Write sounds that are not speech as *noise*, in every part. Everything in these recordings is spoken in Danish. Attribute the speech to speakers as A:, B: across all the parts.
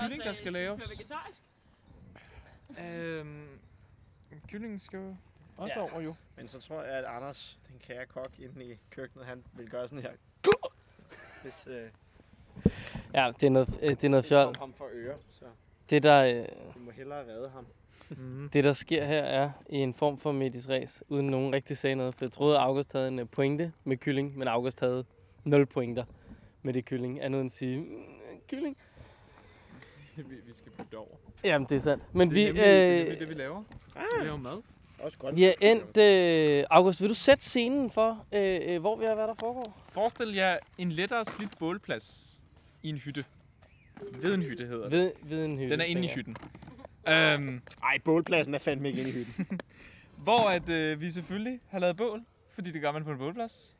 A: kylling, der skal laves.
B: Køre vegetarisk?
A: Øhm, kyllingen skal jo også
C: Ja.
A: ja. over jo.
C: Men så tror jeg, at Anders, den kære kok inde i køkkenet, han vil gøre sådan her. Hvis øh,
D: Ja, det er noget, øh, det er noget
C: det kom
D: fjol.
C: ham for øre, så
D: Det der, øh,
C: du må hellere redde ham.
A: Mm.
D: det, der sker her, er i en form for medisk ræs, uden nogen rigtig sagde noget. For jeg troede, August havde en øh, pointe med kylling, men August havde 0 pointer med det kylling. Andet end at sige, "Mm, øh, kylling.
A: *laughs* vi, vi skal bytte over.
D: Jamen, det er sandt. Men vi,
A: det, er nemlig, det, er nemlig det,
D: øh,
A: vi laver. Vi laver mad.
C: Også grønt.
D: vi er endt... Øh, August, vil du sætte scenen for, øh, øh, hvor vi er, hvad der foregår?
A: Forestil jer en lettere slidt bålplads i en hytte. Ved en hytte hedder det.
D: Ved, ved en hytte.
A: Den er inde i
D: tænker jeg.
A: hytten. Øhm,
C: Ej, bålpladsen er fandme ikke inde i hytten.
A: hvor at øh, vi selvfølgelig har lavet bål, fordi det gør man på en bålplads.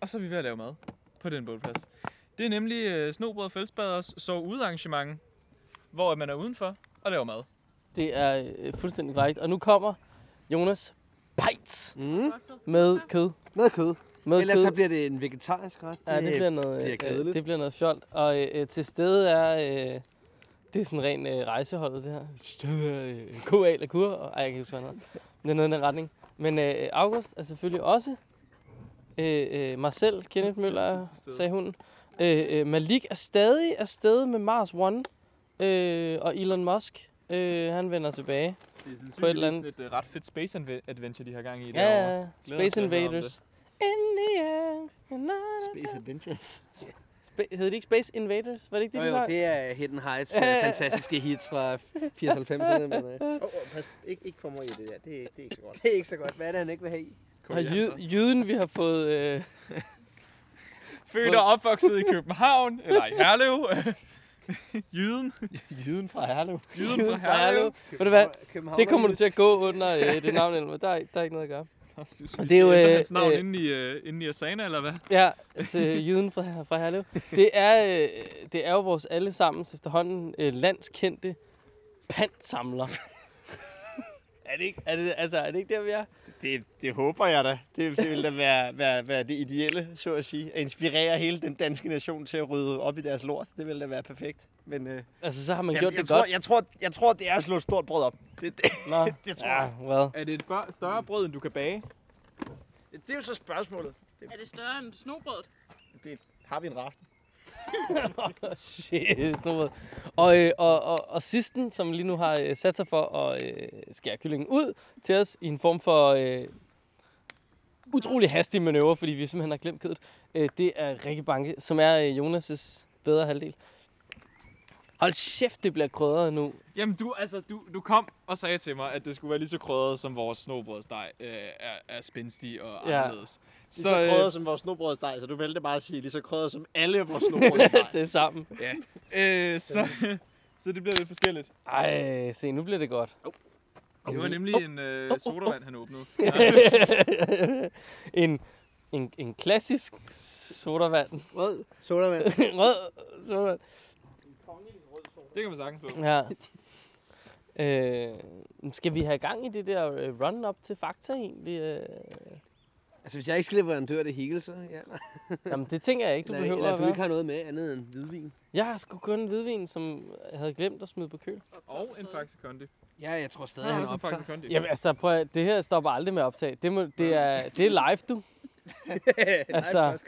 A: Og så er vi ved at lave mad på den bålplads. Det er nemlig øh, snobrød og fællesbaders sov ude arrangement, hvor at man er udenfor og laver mad.
D: Det er øh, fuldstændig korrekt. Og nu kommer Jonas Peitz
E: Mm,
B: Mm.
D: med kød.
E: med kød.
D: Med
E: Ellers
D: kød.
E: så bliver det en vegetarisk ret.
D: Ja, det bliver noget,
E: bliver
D: øh,
E: kedeligt.
D: det bliver noget fjolt. Og øh, øh, til stede er, øh, det er sådan ren øh, rejseholdet, det her. Stedet er øh, KA eller kur, og ej, jeg kan ikke huske, hvad han hedder. Det er noget i den retning. Men øh, August er selvfølgelig også. Øh, øh, Marcel, Kenneth Møller,
A: Mm. Altid til stede.
D: sagde hun. Øh, øh, Malik er stadig afsted med Mars One. Øh, og Elon Musk, øh, han vender tilbage.
A: Det er sandsynligvis
D: På et eller andet-
A: et øh, ret fedt space adve- adventure, de har gang i
D: Ja, ja, ja.
A: Glæder mig til
D: Space
A: at høre om
D: Invaders. In the air. Na, na,
C: Space
D: na.
C: Adventures.
D: Spa- hed det ikke Space Invaders? Var det ikke
E: Jo,
D: det, de
E: jo,
D: sang?
E: det er Hidden Heights
D: Ja, ja,
E: *laughs* øh,
D: ja.
E: fantastiske hits fra 94'erne. Men, øh,
C: Åh, oh, oh, pas. Ikke, ikke for mig i det der. Det, er- det er ikke så godt.
E: det er ikke så godt. Hvad er det, han ikke vil have i?
D: Og jyd, jyden, vi har fået... Øh,
A: Født og
D: *laughs*
A: opvokset i København, eller i Herlev. *laughs* Jyden.
E: Jyden fra Herlev.
A: Jyden fra
D: fra Herlev.
A: Herlev.
D: Ved du hvad?
E: København,
D: Det kommer du til at gå under øh, det navn, eller hvad? der, er, der er ikke noget at gøre.
A: Nå, synes vi,
D: Og
A: det er jo
D: øh,
A: hans navn
D: øh,
A: øh, inde, i, øh, inde i Asana, eller hvad?
D: Ja, til jyden fra, fra Herlev. Det er, øh, det er jo vores allesammens efterhånden øh, landskendte pantsamler. *laughs* er det ikke, er det, altså, er det ikke der, vi er?
C: Det, det håber jeg da. Det, det vil da være, være, være det ideelle, så at sige. At inspirere hele den danske nation til at rydde op i deres lort. Det vil da være perfekt. Men øh,
D: Altså, så har man
C: jeg,
D: gjort
C: jeg,
D: det
C: tror,
D: godt.
C: jeg, tror, jeg tror, det er at slå et stort brød op. Det, det,
D: *laughs* Nå,
C: det tror
D: ja,
C: jeg.
D: well.
A: Er det et bør- større brød, end du kan bage?
C: det er jo så spørgsmålet.
B: Er det større end snobrødet?
C: Det, har vi en raft?
D: *laughs* Shit, sådan noget. Og, øh, og, og, og sidsten, som lige nu har øh, sat sig for at øh, skære kyllingen ud til os i en form for øh, utrolig hastig manøvre, fordi vi simpelthen har glemt kødet, øh, det er Rikke Banke, som er øh, Jonas' bedre halvdel. Hold kæft, det bliver krydret nu.
A: Jamen, du, altså, du, du kom og sagde til mig, at det skulle være lige så krydret, som vores snobrødsdej øh, er, er spændstig og
D: Ja.
A: anderledes. øh,
C: Lige så, øh, krydret som vores snobrødsdej, så du valgte bare at sige lige så krydret som alle *laughs* vores snobrødsdej.
D: til sammen.
A: ja. øh, så, *laughs* så det bliver lidt forskelligt.
D: Ej, se, nu bliver det godt. *laughs*
A: Det var nemlig en øh, sodavand, han åbnede.
D: en, en, en klassisk sodavand. *laughs*
E: Rød sodavand.
D: Rød sodavand.
A: Det kan man sagtens få.
D: Ja. *laughs* Øh, skal vi have gang i det der øh, run up til fakta egentlig? Øh?
E: Altså, hvis jeg ikke slipper en dør det hele, så ja.
D: Jamen, det tænker jeg ikke, du
E: Eller,
D: behøver
E: eller
D: at
E: du ikke
D: være.
E: har noget med andet end hvidvin.
D: Jeg har sgu kun en hvidvin, som jeg havde glemt at smide på køl.
A: Og en Faxe Kondi.
E: Ja, jeg tror stadig,
A: Der er
E: han
A: også en
E: *laughs* optager.
A: Faxe Kondi.
D: Jamen altså, prøv at, det her stopper aldrig med at optage. Det, må, det, er, det er live, du. Altså,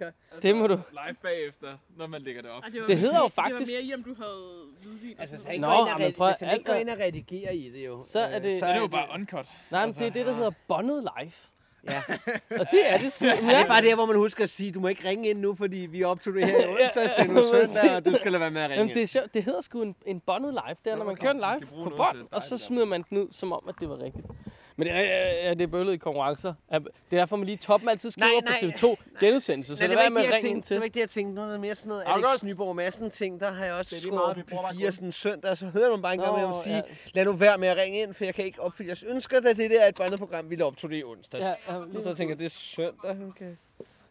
D: det må du.
A: Live bagefter, når man lægger det op.
B: Ej, var
D: Det hedder jo
B: mere-
D: faktisk-
B: Det var mere i, om du havde hvidvin.
E: Altså, hvis
B: sådan
E: han ikke
D: Nå,
E: går ind og
D: men
E: redi-
D: prøv at-
E: hvis han ikke går
D: alt-
E: ind og redigerer i det jo.
D: Så er
E: øh,
D: det-
A: Så er det jo bare uncut.
D: Nej, men det er det, der hedder bondet live. Og det er det sgu. Ja.
E: Det er bare der, hvor man husker at sige, du må ikke ringe ind nu, fordi vi optog det her i *laughs* onsdag, så nu er søndag, og du skal lade være med at ringe
D: Jamen, det, er sjovt. det hedder sgu en, en bondet live. Det er, når man kører en
A: man skal
D: live
A: bruge
D: på
A: noget til
D: bånd,
A: at
D: og
A: starte
D: så
A: det op.
D: smider man den ud, som om, at det var rigtigt. Men det er, ja, det er bøvlet i konkurrencer. Ja, Det er derfor, man lige i toppen altid skriver
E: Nej,
D: på
E: nej,
D: TV2 genudsendelse. Så
E: Nej,
D: lad være
E: det var ikke
D: med
E: det,
D: at
E: jeg
D: ringe ind
E: tænkte. Det
D: til.
E: var
D: os.
E: ikke det, jeg tænkte. Nu er det mere sådan noget Alex
A: August!
E: Nyborg Madsen ting. Der har jeg også
C: Det er lige
E: skåret
C: meget,
E: op i
C: vi bruger bare
E: P4 sådan en søndag, så hører man bare en gang med, at
D: Nå,
E: sige,
D: ja.
E: lad nu være med at ringe ind, for jeg kan ikke opfylde jeres ønsker, da det der er et bandet program, vi optog det i onsdags.
D: Ja,
E: Ja,
D: ja, lige
E: og så tænker jeg, det er søndag, okay.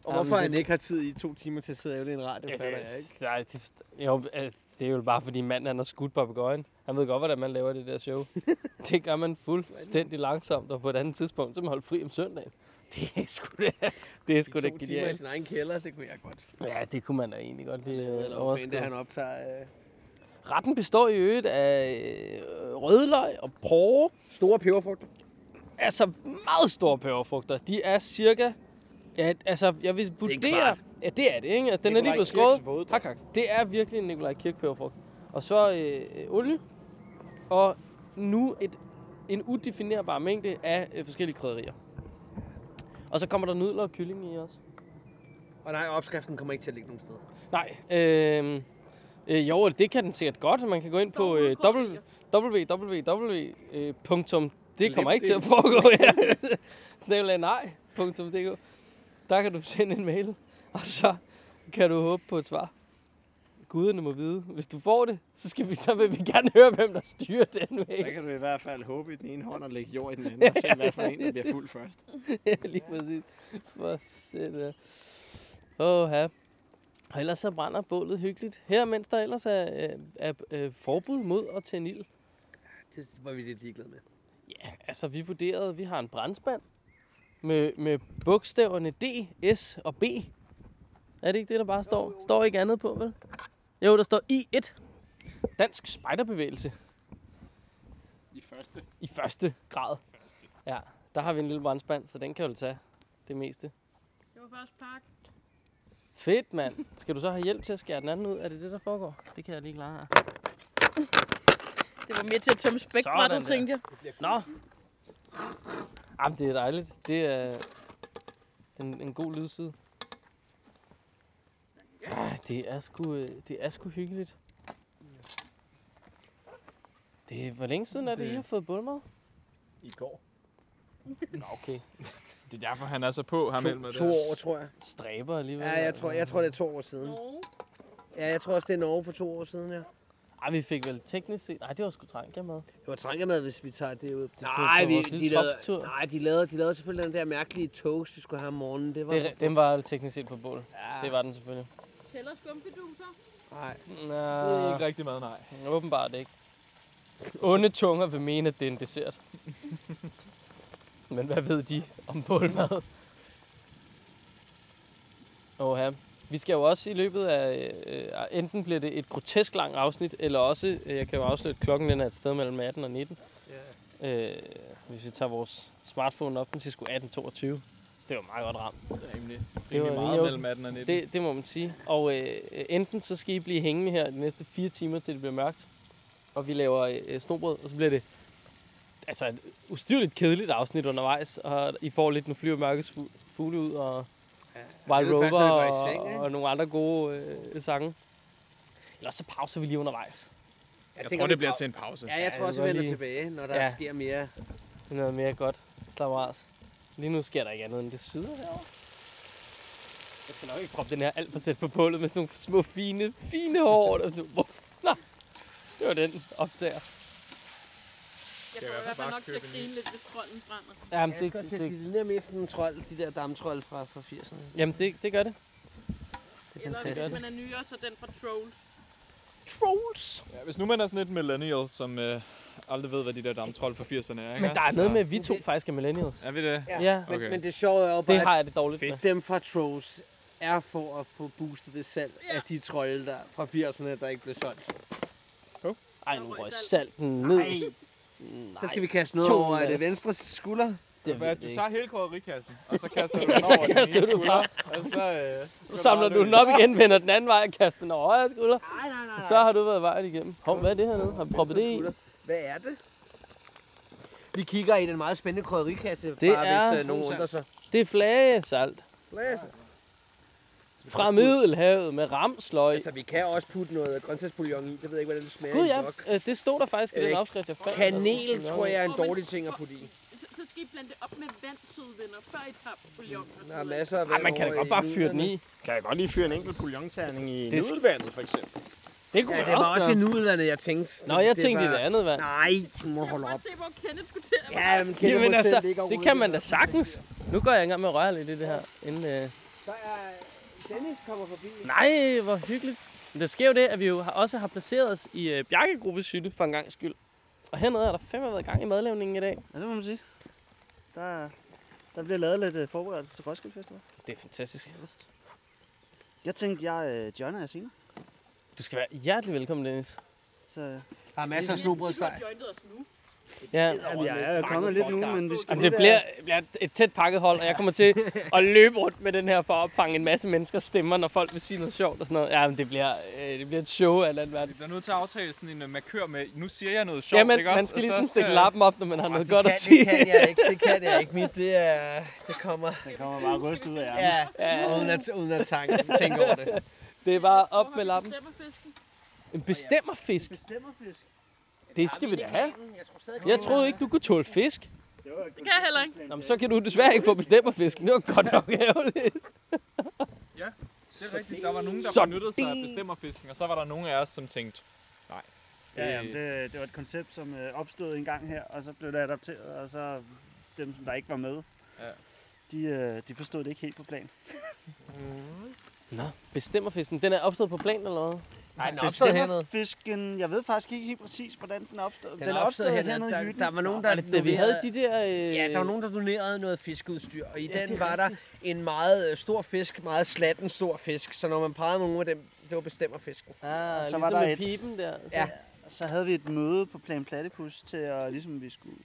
E: Og
D: Jamen,
E: hvorfor
D: det-
E: han ikke har tid i to timer til at sidde og i en
D: Ja,
E: radio, ja,
D: det,
E: fatter jeg ikke.
D: er- nej, det, forst- jo, øh, det er jo bare fordi manden han har skudt papegøjen. Han ved godt, hvordan man laver det der
E: *laughs*
D: show. det gør man fuldstændig langsomt, og på et andet tidspunkt, så er man holdt fri om søndagen. Det er sgu da, det er sgu da
E: To timer i
D: genialt.
E: sin egen kælder, det kunne jeg godt.
D: Ja, det kunne man da egentlig godt lige
E: Eller
D: øh,
E: hvor fanden
D: overskue.
E: det er, han optager. Øh.
D: Retten består i øvrigt af øh, rødløg og porre,
E: Store peberfrugt.
D: altså meget store peberfrugter. De er cirka... Ja, altså, jeg vil vurdere... Ja, det er det, ikke? Altså, den er lige
C: Nikolaj
D: blevet
C: Kirks
D: skåret.
C: våddrik.
D: Hak, hak. Det er virkelig en Nikolaj Kirk peberfrugt. Og så øh, øh, olie. Og nu et, en udefinerbar mængde af øh, forskellige krydderier. Og så kommer der nudler og kylling i også.
E: Og nej, opskriften kommer ikke til at ligge nogen steder.
D: Nej, øh, øh, jo, det kan den sikkert godt. Man kan gå ind på øh,
B: Dobbeltkrydderier.
D: www. øh, Det kommer ikke til at foregå her. *laughs* nej.dk. Der kan du sende en mail, og så kan du håbe på et svar. Guderne må vide. Hvis du får det, så, skal vi, så vil vi gerne høre, hvem der styrer den mail.
C: Så kan du i hvert fald håbe i den ene hånd og lægge jord i den anden, og se, hvad for en, der bliver fuld først.
D: Ja, *laughs* lige præcis. For sæt. Åh, ja. Og ellers så brænder bålet hyggeligt. Her, mens der ellers er, er, øh, er, er forbud mod at tænde ild.
E: Det var vi lidt ligeglade med.
D: Ja, altså vi vurderede, vi har en brandspand med, med bogstaverne D, S og B. Er det ikke det, der bare står? Står ikke andet på, vel? Jo, der står I1. Dansk spejderbevægelse
C: I første.
D: i første grad. Ja, der har vi en lille brandspand, så den kan jo tage det meste.
B: Det var først park.
D: Fedt, mand. Skal du så have hjælp til at skære den anden ud? Er det det, der foregår? Det kan jeg lige klare her.
B: Det var mere til at tømme
D: Sådan
B: spækbrættet,
D: der.
B: tænkte jeg.
D: Nå. Jamen, det er dejligt. Det er en, en god lydside. Ah, det er sgu, øh, det er sgu hyggeligt. Det er, hvor længe siden er det, I har fået bålmad?
C: I går.
D: Nå, okay.
A: Det er derfor, han er så på, ham Elmer.
E: To, to år, tror jeg.
D: Stræber alligevel.
E: Ja, jeg tror, jeg tror, det er to år siden.
B: Nå.
E: Ja, jeg tror også, det er Norge for to år siden, ja.
D: Ej, Ah, vi fik vel teknisk set... Nej, det var sgu trængt, jeg med.
E: Det var trængemad, hvis vi tager det ud.
D: på vores lille toptur.
E: nej, de lavede, de lavede selvfølgelig den der mærkelige toast, vi skulle have om morgenen. Det var,
D: Det, den var teknisk set på bål.
E: ja,
D: Det var den selvfølgelig.
B: Tæller skumfiduser.
E: Nej,
A: Det er
D: Nå.
A: ikke rigtig meget, nej.
D: Åbenbart ikke. Onde tunger vil mene, at det er en dessert. Men hvad ved de om bålmad? Åh ja. Vi skal jo også i løbet af, øh, øh, enten bliver det et grotesk langt afsnit, eller også, øh, jeg kan jo afsløre, at klokken den er et sted mellem 18 og 19. Øh, hvis vi tager vores smartphone op, den siger sgu 18.22. Det var meget godt ramt.
A: Rimelig,
D: Det var
A: rimelig
D: lige
A: meget
D: okay.
A: mellem 18 og 19.
D: Det, det må man sige. Og øh, øh, enten så skal I blive hængende her de næste fire timer, til det bliver mørkt, og vi laver øh, øh, snobrød, og så bliver det altså et ustyrligt kedeligt afsnit undervejs, og I får lidt, nu flyver mørkets fu- fugle ud, og Wild
E: ved først,
D: Rover
E: når vi går i
D: og,
E: seng, ikke?
D: og nogle andre gode øh, sange. Eller så pauser vi lige undervejs.
A: Jeg tror, det bliver til en pause.
E: Ja, jeg tror
D: Ja,
E: også,
D: det
E: vi
D: var
E: vender
D: lige-
E: tilbage, når der
D: Ja.
E: ja. sker mere.
D: Det er noget mere godt slavaras. Lige nu sker der ikke andet end det syder herovre. Jeg skal nok ikke proppe den her alt for tæt på bålet med sådan nogle små fine, fine hår. Der sådan, Uff, nej, det var den optager.
B: Jeg
A: Skal
B: får
A: jeg
B: i hvert fald
A: bare
B: nok til at
A: købe en
B: grine lidt, hvis trolden brænder.
D: Jamen,
E: Ja, det, det, det, det ligner mere sådan en trold, de der damtrold fra, fra 80'erne.
D: jamen det, det gør det.
E: Det er
B: Eller
E: fantastisk.
B: hvis man er nyere, så den fra Trolls.
D: Trolls.
A: Ja, hvis nu man er sådan et millennial, som øh, aldrig ved, hvad de der damtrold fra 80'erne er, ikke?
D: Men der er
A: Så-
D: noget med, at vi to
E: Men det-
D: faktisk er millennials.
A: Er vi det?
E: Ja,
D: Ja.
E: men,
A: Okay.
E: men det sjove er jo bare,
D: Det har jeg det dårligt med.
E: at dem fra Trolls er for at få boostet det salg
B: Ja.
E: af de trolde der fra 80'erne, der ikke blev solgt.
D: Ej, nu røg salten ned. Nej,
E: Så skal vi kaste noget
D: Jonas.
E: over er det venstre skulder.
D: det ved
A: Hvad,
D: jeg
A: du
D: ikke.
A: tager hele korrikassen, og så kaster du
D: Og
A: den
D: *laughs* så
A: over den ene
D: kaster du
A: skulder, og så... Øh,
D: Nu samler du den op igen, vender den anden vej og kaster den over højre skulder.
E: Nej, nej, nej.
D: Så har du været vejen igennem. Hov, hvad er det hernede? Har du proppet det i?
E: Hvad er det? Vi kigger i den meget spændende krydderikasse,
D: Det
E: det bare er
D: er-
E: hvis uh, nogen undrer sig.
D: Det er flagesalt. Fra Middelhavet med ramsløg.
E: Altså, vi kan også putte noget grøntsagsbouillon i. Det ved jeg ikke, hvordan det smager
D: Gud
E: i
D: ja,
E: blok.
D: øh, det stod der faktisk i den
E: Øh,
D: opskrift, jeg fandt.
E: Kanel, tror jeg, er en
B: Åh, men-
E: dårlig ting at putte i.
B: Så, så skal I blande det op med vand, søde venner, før I tager bouillon. og
E: Der er
B: sådan noget.
E: masser af
D: Ej, man kan da godt
E: øh,
D: bare fyre den i.
C: Kan jeg godt lige fyre en enkelt bouillonterning i
D: Det-
C: nudelvandet, for eksempel?
D: Det kunne
E: Ja,
D: ja,
E: det
D: man
E: var
D: også
E: også i
D: gøre.
E: nudelvandet, jeg tænkte.
D: Nå, jeg tænkte i
E: var-
D: det andet, vand.
E: Nej, du må
B: Jeg kan
E: holde op.
B: godt se, hvor Kenneth skulle til at
E: Ja, men kender
D: Jamen
E: mig
D: altså,
E: selv, ikke
D: det
E: overhovedet.
D: kan man da sagtens. Nu går jeg i gang med at røre lidt i det her. Inden, øh...
E: Der er... Dennis kommer forbi.
D: Nej, hvor hyggeligt. Men der sker jo det, at vi jo har, også har placeret os i øh, Bjarkegruppes hytte for en gang skyld. Og hernede har der fem været gang i madlavningen i dag.
F: Ja, det må man sige. Der, der bliver lavet lidt øh, forberedelse til Roskilde Festival.
D: Det er fantastisk.
F: Jeg tænkte, jeg øh, joiner jer senere.
D: Du skal være hjertelig velkommen, Dennis.
C: Så, jamen,
G: Der er masser af snobrødsfejl.
B: De har jointet os nu.
D: Ja.
C: jeg er kommet lidt nu, men vi skal
D: Jamen,
C: lige
D: det
C: være-
D: bliver, det bliver et tæt pakket hold, og jeg kommer til at løbe rundt med den her for at opfange en masse menneskers stemmer, når folk vil sige noget sjovt og sådan noget. Ja, men det bliver, øh, det bliver et show af en anden verden.
A: Vi bliver nødt til at aftale sådan en øh, markør med, nu siger jeg noget sjovt,
D: Ja, men
A: ikke også? øh,
D: man skal
A: Og
D: lige
A: så
D: sådan stikke
A: skal-
D: lappen op, når man har noget
E: det
D: godt
E: kan,
D: at sige.
E: Det kan jeg ikke, det kan jeg ikke. Mit, det er, det kommer,
C: Der kommer bare rust ud af jer.
E: ja,
D: Ja.
E: uden at, uden at tanke, tænke over det.
D: *laughs* Det er bare
B: Hvor
D: op
B: har
D: med
B: vi
D: lappen.
B: stemmerfisken?
D: En bestemmerfisk.
C: Bestemmer fisk.
D: Det skal vi da have. Jeg troede ikke, du kunne tåle fisk.
B: Det kan jeg heller ikke.
D: Nå, men så kan du desværre ikke få bestemmerfisken. Det var godt nok *laughs* ærgerligt.
A: Det er rigtigt, der var nogen, der
D: Så
A: benyttede sig af bestemmerfisken, og så var der nogen af os, som tænkte, nej.
C: Ja, jamen, det, det var et koncept, som øh, opstod en gang her, og så blev det adopteret, og så dem, som der ikke var med,
A: Ja.
C: de, øh, de forstod det ikke helt på plan.
D: Nå, bestemmerfisken. Den er opstået på plan eller hvad?
E: Nej, den er opstået hernede.
C: Fisken, jeg ved faktisk ikke helt præcis, hvordan den er opstået.
E: Den er opstået hernede.
G: Der,
C: i
G: der
C: hytten.
G: var nogen,
E: Der
G: der...
E: er
D: Da vi havde de der... Øh...
E: Ja, der var nogen, der donerede noget fiskeudstyr, og i ja, den var der en meget øh, stor fisk, meget slatten stor fisk, så når man pegede på nogen af dem, det var bestemmer fisken.
D: Ah,
C: så
D: ligesom
C: var der
D: med
C: et-
D: pipen der. Så.
E: Ja.
C: Og så havde vi et møde på Plan Platypus til at ligesom vi skulle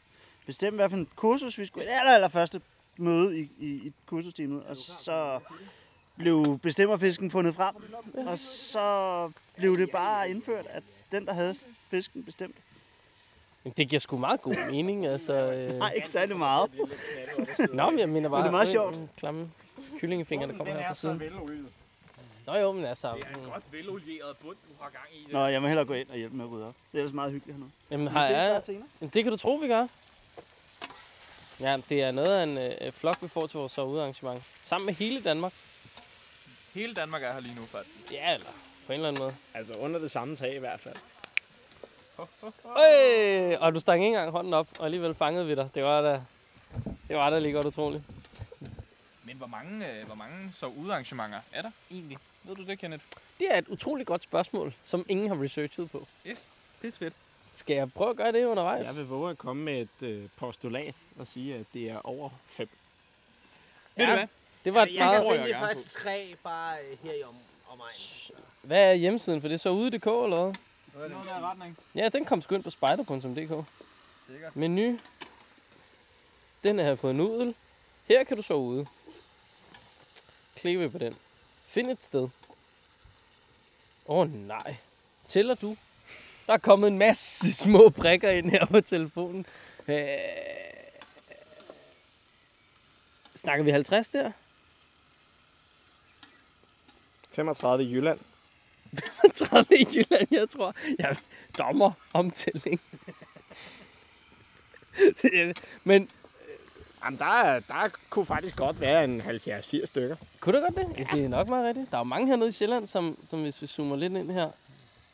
C: bestemme, hvad for en kursus vi skulle... Eller, eller første møde i, i, i kursusteamet. Og så blev bestemmerfisken fundet frem. Og så blev det bare indført, at den, der havde fisken bestemt.
D: Men Det giver sgu meget god mening, altså. Øh...
C: Nej, ikke særlig meget.
D: Nå, men jeg mener bare...
C: Men det er meget
D: øh,
C: sjovt.
D: øh, Klamme kyllingefinger, der kommer her fra siden.
A: veloliet.
D: Nå jo, men altså... mm,
A: Godt velolieret bund, du har gang i.
C: Nå, jeg må hellere gå ind og hjælpe med at rydde op. Det er ellers meget hyggeligt hernede.
D: Jamen,
C: Vi
D: har
C: ses bare
D: jeg...
C: senere.
D: Jamen, det kan du tro, vi gør. Ja, det er noget af en øh, flok, vi får til vores sovearrangement. Sammen med hele Danmark.
A: Hele Danmark er her lige nu, faktisk.
D: Ja, eller på en eller anden måde.
H: Altså under det samme tag i hvert fald.
D: Øj! Og du stak ikke engang hånden op, og alligevel fangede vi dig. Det var da, det var da lige godt utroligt.
A: Men hvor mange, øh, hvor mange så udarrangementer er der egentlig? Ved du det, Kenneth?
D: Det er et utroligt godt spørgsmål, som ingen har researchet på.
A: Yes, det er fedt.
D: Skal jeg prøve at gøre det undervejs?
H: Jeg vil våge at komme med et øh, postulat og sige, at det er over fem.
A: Ved du hvad?
D: Det var et
A: tror,
D: meget...
A: jeg gerne
E: faktisk tre bare øh, her i om, om
D: Hvad er hjemmesiden for det? Så ude i DK eller hvad?
A: Sådan noget der retning.
D: Ja, den kom sgu ind på spider.dk.
A: Sikkert.
D: Menu. Den er på nudel. Her kan du så ude. Klikke vi på den. Find et sted. Åh oh, nej. Tæller du? Der er kommet en masse *laughs* små prikker ind her på telefonen. Øh... Snakker vi 50 der?
H: 35 i Jylland.
D: 30 i Jylland, jeg tror. Jeg dommer omtælling. *laughs* Det er- Men
H: Jamen, der, er- der kunne faktisk godt være en 70-80 stykker.
D: Kunne du godt det? Ja. Det er nok meget rigtigt. Der er jo mange hernede i Sjælland, som, som hvis vi zoomer lidt ind her,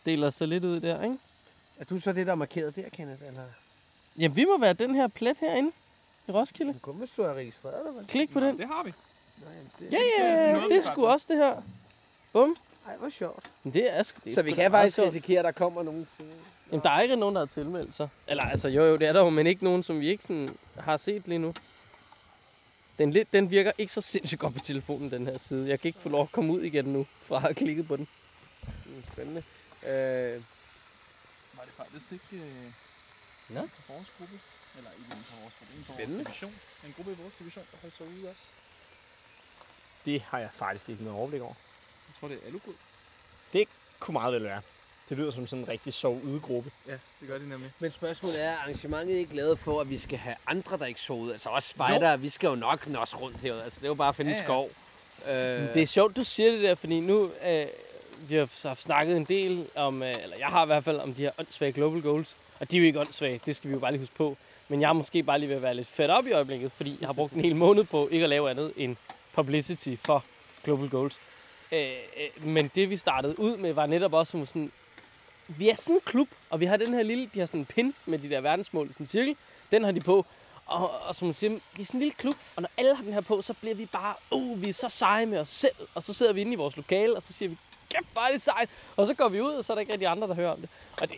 D: deler sig lidt ud der, ikke?
E: Er du så det, der er markeret der, Kenneth? Eller?
D: Jamen, vi må være den her plet herinde i Roskilde.
E: Du kun, hvis du har registreret dig, vel?
D: Klik på den.
A: Det har vi.
D: Ja, ja, ja.
A: Nåede
D: Det er
A: vi
D: sgu også det her. Bum.
E: Ej, hvor sjovt.
D: Men Det er sgu, det er
E: Så
D: sgu
E: vi
D: da
E: kan
D: meget
E: faktisk
D: sjovt.
E: risikere, at der kommer nogen.
D: Jamen, der er ikke nogen, der har tilmeldt sig. Eller altså, jo jo, det er der jo, men ikke nogen, som vi ikke sådan har set lige nu. Den, lidt, den virker ikke så sindssygt godt på telefonen, den her side. Jeg kan ikke få lov at komme ud igen nu, fra at have klikket på den.
E: Mm, Spændende. Øh,
A: Var det faktisk ikke øh,
D: Nå.
A: for vores gruppe? Eller ikke inden for vores gruppe, inden for
E: Spændende.
A: vores division. En gruppe i vores division, der holdt så ude også.
H: Det har jeg faktisk ikke noget overblik over.
A: Jeg tror, det er Alugod.
H: Kunne meget vel være. Det lyder som sådan en rigtig sov udgruppe.
A: Ja, det gør de nemlig.
E: men spørgsmålet er, er arrangementet ikke lavet for, at vi skal have andre, der ikke så ud? Altså også spejder, vi skal jo nok nås rundt herude. Altså det er jo bare at finde
A: Ja,
E: ja,
A: ja.
E: ja. skov. Øh,
D: Det er sjovt, du siger det der, fordi nu øh, vi har så haft snakket en del om, øh, eller jeg har i hvert fald om de her åndssvage global goals, og de er jo ikke åndssvage, det skal vi jo bare lige huske på. Men jeg er måske bare lige ved at være lidt fedt op i øjeblikket, fordi jeg har brugt en hel måned på ikke at lave andet end publicity for global goals. Øh, øh, men det vi startede ud med var netop også som sådan, vi er sådan en klub, og vi har den her lille, de har sådan en pin med de der verdensmål i sådan en cirkel, den har de på, og, og som hun siger, vi er sådan en lille klub, og når alle har den her på, så bliver vi bare, oh, vi er så seje med os selv. Og så sidder vi inde i vores lokale, og så siger vi, kæft, hvor er det sejt. Og så går vi ud, og så er der ikke rigtig andre, der hører om det. Og det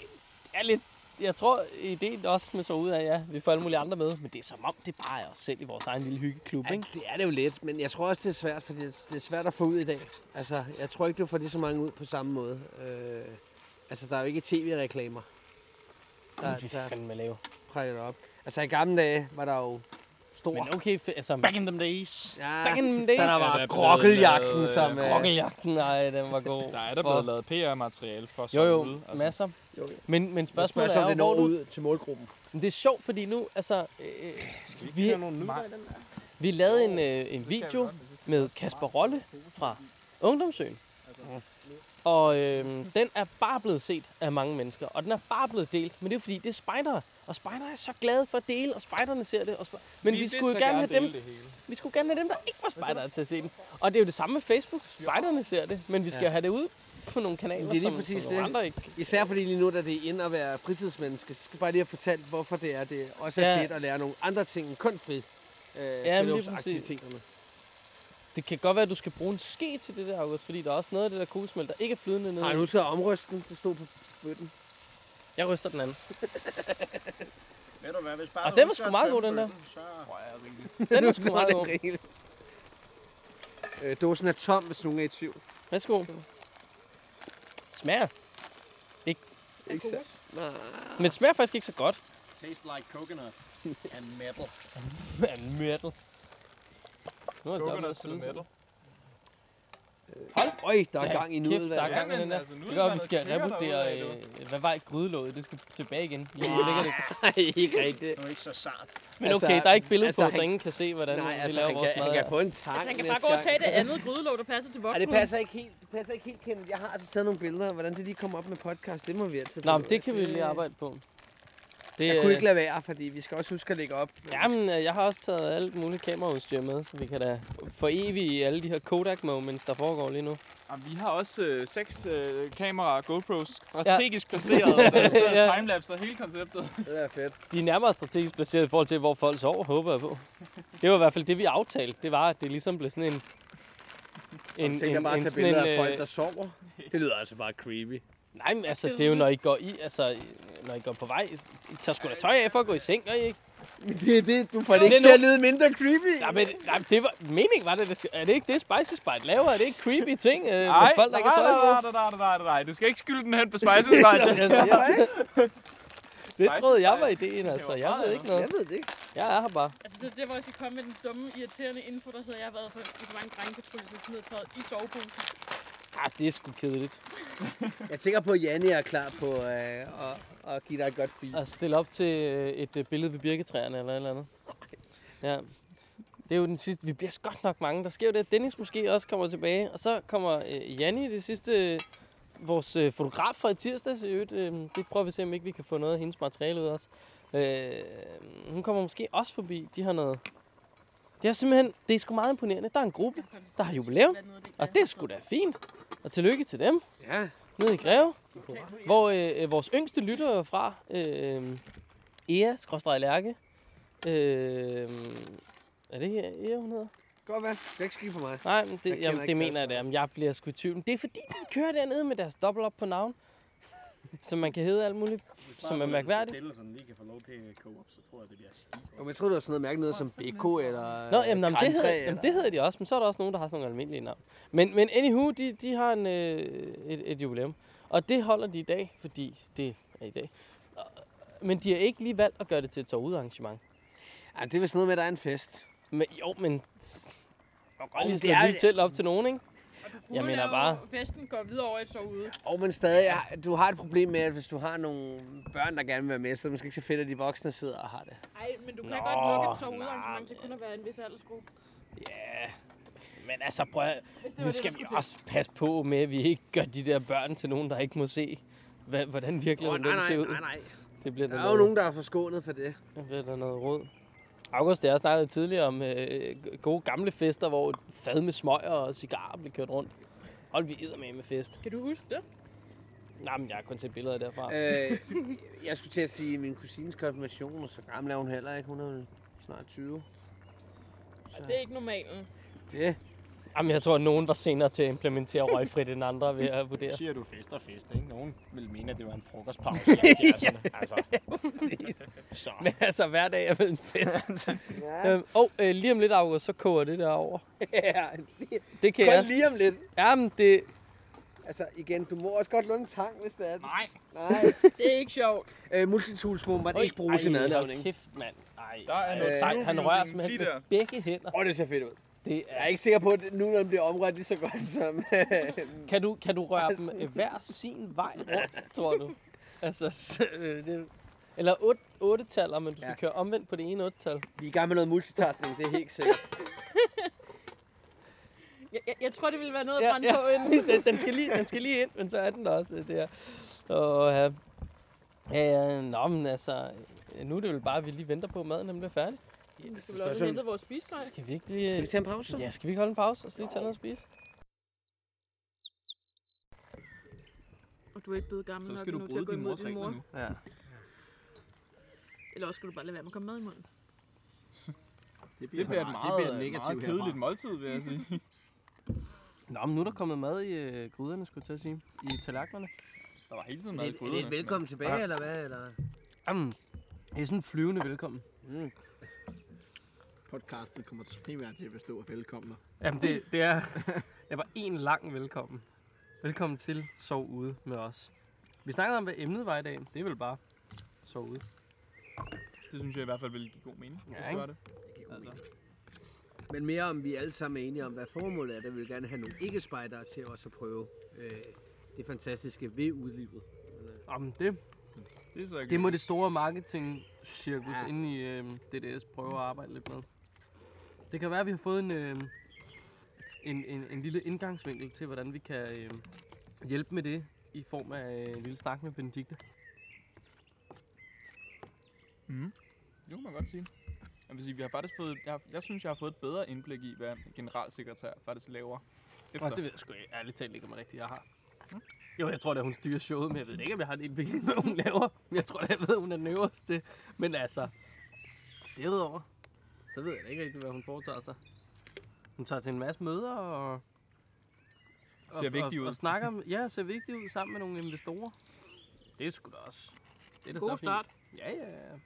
D: er lidt, jeg tror, ideen også med så ud af, ja, vi får alle mulige andre med. Men det er som om, det bare er os selv i vores egen lille hyggeklub,
E: Ja,
D: ikke?
E: det er det jo lidt, men jeg tror også, det er svært, for det er svært at få ud i dag. Altså, jeg tror ikke, du får lige så mange ud på samme måde. Øh, Altså, der er jo ikke tv-reklamer. Der,
D: vi
E: der
D: fandme lave.
E: præger det op. Altså, i gamle dage var der jo stor...
D: Men okay, fe- altså...
C: Back in them days.
E: ja,
D: back in the
E: der,
D: days.
E: der var
A: Ja, der er blevet
E: grokkeljagten,
A: lavet, øh,
E: som... øh,
D: Krokkeljagten, nej, den var god.
A: Der er der blevet lavet PR-materiale for
D: Jo,
A: så
D: jo,
A: ude,
D: masser.
E: altså. Jo, jo.
D: Men, men
E: Spørgsmålet
D: spørgsmålet er jo,
E: det
D: hvor
E: når
D: du...
E: ud til målgruppen.
D: Men det er sjovt, fordi nu, altså... Øh, vi, vi lavede en, øh, en video med Kasper Rolle fra Ungdomsøen.
E: Altså.
D: Og øh, den er bare blevet set af mange mennesker, og den er bare blevet delt. Men det er jo fordi, det er spejdere, og spejdere er så glade for at dele, og spejderne ser det. Og spe... Men vi, skulle jo gerne have dem, vi skulle gerne have dem, der ikke var spejdere til at se den. Og det er jo det samme med Facebook. Spejderne ser det, men vi skal
E: Ja.
D: jo have det ud på nogle kanaler,
E: Men det er lige
D: som,
E: præcis
D: som nogle
E: det.
D: andre ikke
E: Især fordi lige nu, da det er ind at være fritidsmenneske, så skal jeg bare lige have fortalt, hvorfor det er, det også er
D: Ja.
E: ja. fedt at lære nogle andre ting end kun fri. Øh,
D: lige
E: ja, aktiviteterne.
D: Det kan godt være, at du skal bruge en ske til det der, August, fordi der er også noget af det der kogesmæl, der ikke er flydende nede.
E: Ej, nu skal jeg omryste den. Det stod på bøtten.
D: Jeg ryster den
E: *laughs*
D: anden.
H: Ved du hvad, hvis bare
D: Og den var sgu meget god, den der. Den var sgu meget god.
E: Øh, dåsen er tom, hvis nogen er i tvivl.
D: Værsgo. Smager.
E: Ikke så.
D: Men det smager faktisk ikke så godt.
H: Taste like coconut and
D: *laughs*
H: metal.
D: Men metal. Nu er det dobbelt
A: Coconut
D: at
A: til the
D: sidde.
A: metal.
E: Øj, der er
D: Ja,
E: gang i
D: Kæft,
E: nudet.
D: der er
E: hva'?
D: gang i
A: Jamen,
D: den der.
A: altså, nu er
D: Det gør, at vi
A: der
D: skal
A: noget kvikker
D: revurdere,
A: derudad,
D: øh, hvad var grydlåget. Det skal tilbage igen. Lige nu ligger det.
E: Nej, ikke rigtigt.
H: Du er ikke så sart.
D: Men
E: Altså,
D: okay, der er ikke billede
E: altså,
D: på, så
E: han-
D: ingen kan se, hvordan
E: Nej,
D: vi
E: altså,
D: laver
E: han
D: vores
E: kan, han kan
D: mad.
E: få en tang
B: Altså, han kan bare gå og tage det andet grydelåg, der passer til
E: Ej,
B: vogten.
E: det passer ikke helt. Det passer ikke helt kendt. Jeg har altså taget nogle billeder, og hvordan det lige kommer op med podcast, det må vi altid.
D: Nå, men
E: finde ud
D: det
E: af.
D: kan vi lige arbejde på. Det,
E: Jeg kunne
D: øh,
E: ikke lade være, fordi vi skal også huske at lægge op.
D: Jamen, øh, jeg har også taget alt muligt kameraudstyr med, så vi kan da for evigt alle de her Kodak-moments, der foregår lige nu.
A: Jamen, vi har også øh, seks øh, kameraer GoPros strategisk
D: *laughs*
A: placeret, der sidder
D: Ja.
A: og timelapser hele konceptet.
E: Det er fedt.
D: De er nærmere strategisk placeret i forhold til, hvor folk sover, håber jeg på. Det var i hvert fald det, vi aftalte. Det var, at det ligesom blev sådan en...
E: En,
D: En,
E: tænker bare at tage billeder af folk,
D: øh,
E: der sover. *laughs* Det lyder altså bare creepy.
D: Nej, men altså, det er jo, når I går i, altså, når I går på vej. I tager sgu da tøj af for at gå i seng, gør I ikke?
E: Det er det, du får det
D: Det
E: ikke
D: er
E: til at
D: nu-
E: lyde mindre creepy.
D: Nej, men nej, men det var, meningen var det, det skal, er det ikke det, Spicy Spite laver? Er det ikke creepy ting, øh, med folk, der ikke har tøj
A: nej,
D: på?
A: nej, nej, nej, nej, Du skal ikke skylde den hen på
D: *laughs*
A: spejsespejlet.
D: Det troede jeg var ideen, altså. Jeg ved ikke noget.
E: Jeg ved det ikke.
D: Jeg er her bare.
B: Altså, det er der, hvor jeg skal komme med den dumme, irriterende info, der hedder, jeg har været på, i for mange drengepatruljer, så smider tøjet i soveposen.
D: Ah, det er sgu kedeligt.
E: Jeg er sikker på, at Janne er klar på øh, at, at give dig et godt feed.
D: at stille op til øh, et øh, billede ved birketræerne eller et eller andet. Ja. Det er jo den sidste. Vi bliver sgu godt nok mange. Der sker jo det, at Dennis måske også kommer tilbage. Og så kommer øh, Janni, det sidste, øh, vores øh, fotograf fra i tirsdags. i øvrigt, Øh, det prøver vi at se, om ikke vi kan få noget af hendes materiale ud af os. Øh, hun kommer måske også forbi. De har noget... Det er simpelthen... Det er sgu meget imponerende. Der er en gruppe, der har jubilæum. Og det er sgu da fint. Og tillykke til dem.
E: Ja.
D: Nede i Greve. Hvor øh, øh, vores yngste lytter er fra, øh, Ea, skråstrej Lærke. Øh, er det her Ea, hun hedder?
E: Godt hvad? Du kan ikke skrive på mig.
D: Nej, men
E: Jeg
D: det,
E: kender
D: jeg,
E: ikke
D: det mener
E: Kasper.
D: jeg, det er. Men jeg bliver sgu i tvivl. Men Det er fordi, de kører dernede med deres dobbelt op på navn. som man kan hedde alt muligt. Som er mærkværdigt.
H: Hvis sådan lige kan få lov til at koge op, så tror jeg, det bliver skidt.
E: Jo, men jeg tror det var sådan noget mærke noget som BK eller
D: Nå, jamen, jamen, det,
E: Krantræ
D: hedder, jamen det hedder de også, men så er der også nogen, der har sådan nogle almindelige navn. Men, men anywho, de, de har en, øh, et, et jubilæum, og det holder de i dag, fordi det er i dag. Og- Men de har ikke lige valgt at gøre det til et arrangement.
E: Ja, det er vist noget med, at der er en fest. Ligesom
D: Men, jo, men
E: Og
D: bare lige slå lige telt op til nogen, ikke? Jeg mener bare,
B: Festen går videre over i soveude.
E: Og men stadig, ja, du har et problem med, at hvis du har nogle børn, der gerne vil være med, så er det måske ikke så fedt, at de voksne sidder og har det.
B: Ej, men du kan
D: Nå,
B: godt lukke et
D: nej.
B: soveudearrangement til kun at være en vis aldersgruppe.
D: ja, men altså prøv at-
B: Hvis det var
D: nu
B: det,
D: skal
B: der
D: vi
B: skulle til.
D: også passe på med, at vi ikke gør de der børn til nogen, der ikke må se, hvad, hvordan virkeligheden den ser ud.
E: nej.
D: Det bliver
E: Der
D: der
E: er jo
D: noget,
E: nogen, der er forskånet for det.
D: det bliver der noget råd. August, jeg har snakket tidligere om øh, gode gamle fester, hvor et fad med smøger og cigarer blev kørt rundt. Hold vi edder med med fest.
B: Kan du huske det?
D: Nej, men jeg har kun set billeder derfra.
E: Øh, jeg skulle til at sige, at min kusines konfirmation, og så gammel er hun heller ikke. Hun er vel snart 20. Så
B: Det er ikke normalen.
E: det.
D: Jamen, jeg tror, at nogen var senere til at implementere røgfrit end andre ved
H: *laughs*
D: at vurdere.
H: Nu siger du fest og fest, ikke? Nogen ville mene, at det var en frokostpause
D: *laughs*
H: i 70'erne. Altså, så.
D: Men altså, hver dag er vel en
H: *laughs*
D: fest.
E: Ja.
D: Øhm, og øh, lige om lidt, August, så koger det der over.
E: *laughs* ja.
D: Det kan
E: Kun
D: jeg.
E: lige om lidt.
D: Jamen, det...
G: Altså igen, du må også godt låne en tang, hvis det er.
B: Nej,
G: Nej.
B: det er ikke sjovt.
G: Øh, multitools må man ikke bruge til madlavning.
D: Kæft, mand. Ej,
A: Der er noget
G: Øh,
D: sejt. Han rører
A: selvudvikling
D: simpelthen
A: lige der.
D: med begge hænder.
G: Åh, det ser fedt ud.
D: Det
G: Jeg
D: er
G: er ikke sikker på, at nu, når den bliver omrørt lige så godt som... øh,
E: *laughs*
D: Kan du, kan du røre dem øh, hver sin vej rundt, tror du? Altså, s- øh, det, eller otte, otte taller, men du skal
G: Ja.
D: ja. køre omvendt på det ene otte tal.
G: Vi er i gang med noget multitasking, det er helt sikkert.
B: Jeg, jeg, jeg tror, det ville være noget at
D: Ja,
B: brænde
D: ja.
B: på
D: *laughs*
B: inden.
D: Den, den, skal lige, den skal lige ind, men så er den der også øh, der. Og ja. Ja, ja, nå, men altså, øh, nu er det jo bare, at vi lige venter på, at maden den bliver færdig.
B: Vi skal vel også hente vores spisegrej.
D: Skal vi ikke lige...
E: Skal vi tage en pause?
D: Ja, skal vi ikke holde en pause og så lige tage noget at spise?
B: Og du er ikke blevet gammel
A: Så
B: nok
A: skal
B: endnu
A: du
B: til
A: bryde
B: at gå
A: din
B: imod
A: mors
B: din
A: regler
B: mor.
A: nu.
B: Eller også skal du bare lade være med at komme mad i munden.
A: Det bliver, det bliver et meget, det bliver meget kedeligt måltid, vil jeg sige.
D: Nå, men nu er der kommet mad i øh, gryderne, skulle jeg til at sige. I tallerkenerne.
A: Der var hele tiden
E: Er
A: meget
E: det, er det et velkommen tilbage,
D: Ja.
E: eller hvad? Eller?
D: Jamen, det er sådan en flyvende velkommen. Mm.
G: Podcastet kommer primært til at bestå af velkomne.
D: Jamen, det, det er... Det var en lang velkommen. Velkommen til Sov Ude med os. Vi snakkede om, hvad emnet var i dag. Det er vel bare Sov Ude.
A: Det synes jeg i hvert fald ville give god mening, ja, hvis det
D: ikke?
A: var det. Altså.
E: Men mere om vi alle sammen er enige om, hvad formålet er, der vi vil gerne have nogle ikke-spejdere til også at prøve øh, det fantastiske ved udlivet.
D: Jamen, det,
A: Det er så
D: det
A: ikke.
D: må det store marketing-cirkus ja.
E: Ja.
D: inde i øh, DDS prøve at arbejde lidt med. Det kan være, at vi har fået en, øh, en, en, en lille indgangsvinkel til, hvordan vi kan øh, hjælpe med det i form af øh, en lille snak med Benedikte.
A: Det kan man godt sige. Jeg vil sige, vi har faktisk fået, jeg, jeg synes, jeg har fået et bedre indblik i, hvad en generalsekretær faktisk laver. Efter.
D: Og det ved jeg sgu ikke. Ærligt talt ikke, om jeg rigtigt jeg har. Jo, jeg tror da, hun styrer showet, men jeg ved da ikke, om jeg har et indblik i, hvad hun laver. Men jeg tror da, jeg ved, hun er den øverste. Men altså, derudover, så ved jeg da ikke rigtig, hvad hun foretager sig. Hun tager til en masse møder og...
A: Ser vigtig
D: og,
A: ud.
D: Og snakker, med- ja, ser vigtig ud sammen med nogle investorer. Det er sgu da også. Det er da
B: God
D: så
B: start.
D: Fint. Ja, ja, ja.
A: Jeg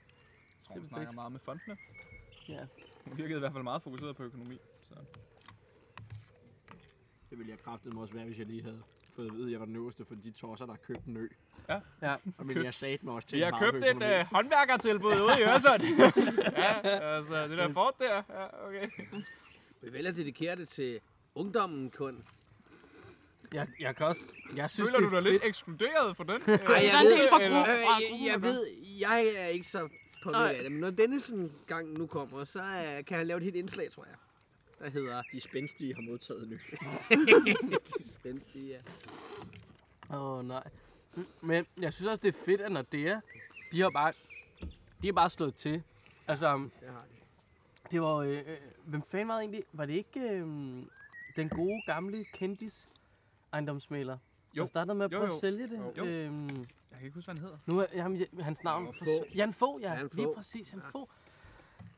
A: tror, hun
D: det
A: snakker
D: er perfekt.
A: meget med fondene.
D: Ja.
A: Hun virkede i hvert fald meget fokuseret på økonomi. Så.
G: Det ville jeg kraftedeme også være, hvis jeg lige havde fået at vide, at jeg var den øverste for de tosser, der købte en ø.
A: Ja.
D: Ja.
G: Og men jeg sagde mig også til
A: Vi har
G: en
A: købt et
G: markeøkonomi.
A: øh, håndværkertilbud ude i *laughs* Øresund. ja, altså, det der fort der. Ja, okay.
E: Vi vælger at dedikere det til ungdommen kun.
D: Jeg, jeg kan også... Jeg synes,
A: Føler
D: det er
A: du dig
D: fedt.
A: lidt ekskluderet fra *laughs* den? Øh.
E: Ej,
B: Der
E: jeg
B: er en del
E: ved,
B: fra
A: eller-
B: gruppen.
E: øh,
B: fra
E: jeg,
B: gruppen,
E: jeg,
B: eller hvad?
E: ved, jeg er ikke så påvirket
B: Nej.
E: af det, men når Dennisen gang nu kommer, så øh, kan han lave et helt indslag, tror jeg. Der hedder
G: De spændstige har modtaget en ø.
E: *laughs* De spændstige. Ja.
D: Åh, oh, nej. M- Men jeg synes også, det er fedt, at Nordea, de har bare, de har bare slået til. Altså, um,
E: Det har de.
D: det var, øh, øh, hvem fanden var det egentlig? Var det ikke øh, den gode gamle kendis ejendomsmaler?
A: Jo.
D: Han startede med at
A: Jo,
D: prøve
A: jo.
D: at sælge det.
A: Jo.
D: Øhm,
A: Jeg kan ikke huske, hvad han hedder.
D: nu er jamen, hans navn...
E: Jan Fogh.
D: forsv- Jan Fogh, ja.
E: Jan
D: Lige
E: Fogh.
D: præcis, Jan Fogh.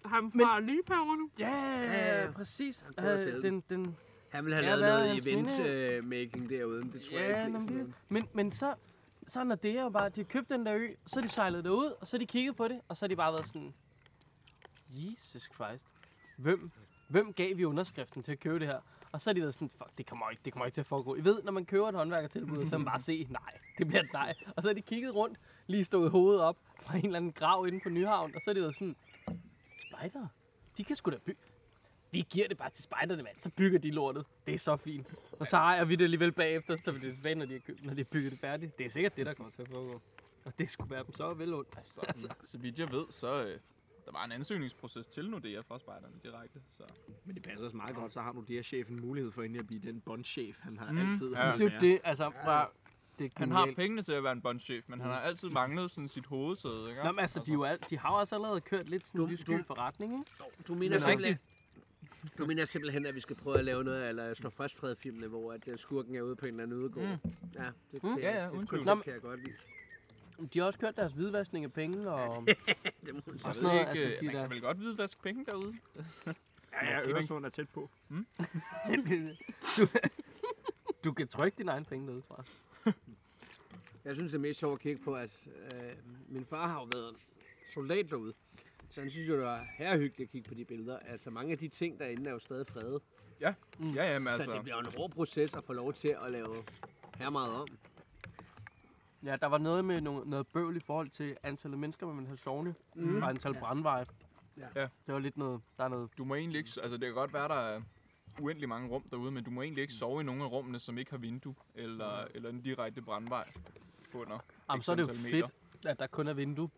B: Ham fra Lillepaver nu.
D: Ja,
E: ja, ja.
D: præcis.
E: Han prøver at
D: Øh,
E: sælge
D: den, den,
E: Han vil have
D: Ja,
E: lavet
D: hvad er
E: noget
D: hans
E: event-making derude, men det tror jeg
D: Ja,
E: ikke.
D: nå,
E: er
D: men,
E: sådan
D: det,
E: noget.
D: men, men så, så når det jo bare, de har købt den der ø, så er de sejlet derud, og så har de kigget på det, og så har de bare været sådan, Jesus Christ, hvem, hvem gav vi underskriften til at købe det her? Og så har de været sådan, fuck, det kommer ikke, det kommer ikke til at foregå. I ved, når man køber et håndværkertilbud, så kan man bare se, nej, det bliver et nej. Og så har de kigget rundt, lige stået hovedet op fra en eller anden grav inde på Nyhavn, og så har de været sådan, spejder, de kan sgu da bygge. Vi giver det bare til spejderne, mand. Så bygger de lortet. Det er så fint. Og så ejer vi det alligevel bagefter, så tager vi det tilbage, når de har, købt, når de har bygget det færdigt. Det er sikkert det, der kommer til at foregå. Og det skulle være dem så vel ondt.
A: Så, altså, så vidt jeg ved, så øh, der var en ansøgningsproces til Nordea fra spejderne direkte. Så.
G: Men det passer også meget godt, så har nu det her chef en mulighed for endelig at blive den bondchef, han har
A: Mm.
G: altid.
A: Ja.
D: Det er jo det, altså, bare, det er
A: Han har
D: genialt.
A: pengene til at være en bondchef, men han har altid manglet sådan sit hovedsæde, ikke?
D: Nå, men altså, de, er jo al- de har jo også allerede kørt lidt sådan en
E: Du-
D: lyssky
E: du-
D: forretning, ikke?
E: Du mener,
A: Men
E: simpelthen, du mener simpelthen, at vi skal prøve at lave noget, eller slå først fred filmene, hvor at øh, skurken er ude på en eller anden udgård. Mm. Ja, det
D: Mm.
E: kan, mm.
A: Ja, ja,
E: jeg,
A: uden
E: det
A: tvivl.
D: Nå, men-
E: koncept kan jeg godt lide.
D: De har også kørt deres hvidvaskning af penge, og
E: Det må man
A: Jeg
D: og
A: ved
D: sådan noget.
A: ikke,
D: Altså,
A: øh,
D: de
A: man
D: der...
A: kan vel godt vide, hvad penge derude.
G: Ja, ja, Øresund er tæt på.
D: *laughs* du, du kan trykke dine egne penge derude fra.
E: Jeg synes, det er mest sjovt at kigge på, at øh, min far har jo været soldat derude. Så han synes jo, det var herrehyggeligt at kigge på de billeder. Altså mange af de ting derinde er jo stadig fredet.
A: Ja, jamen
E: så
A: altså.
E: det bliver jo en hård proces at få lov til at lave her meget om.
D: Ja, der var noget med noget, noget bøvl i forhold til antallet mennesker, man ville have sovende, mm. og antal brandveje.
E: Ja.
A: Ja.
D: Det var lidt noget, der er noget...
A: Du må egentlig ikke, altså det kan godt være, der er uendelig mange rum derude, men du må egentlig ikke sove i nogle af rummene, som ikke har vindue, eller, eller en direkte brandvej under.
D: Jamen, så er det jo
A: antal
D: fedt,
A: meter.
D: at der kun er vindue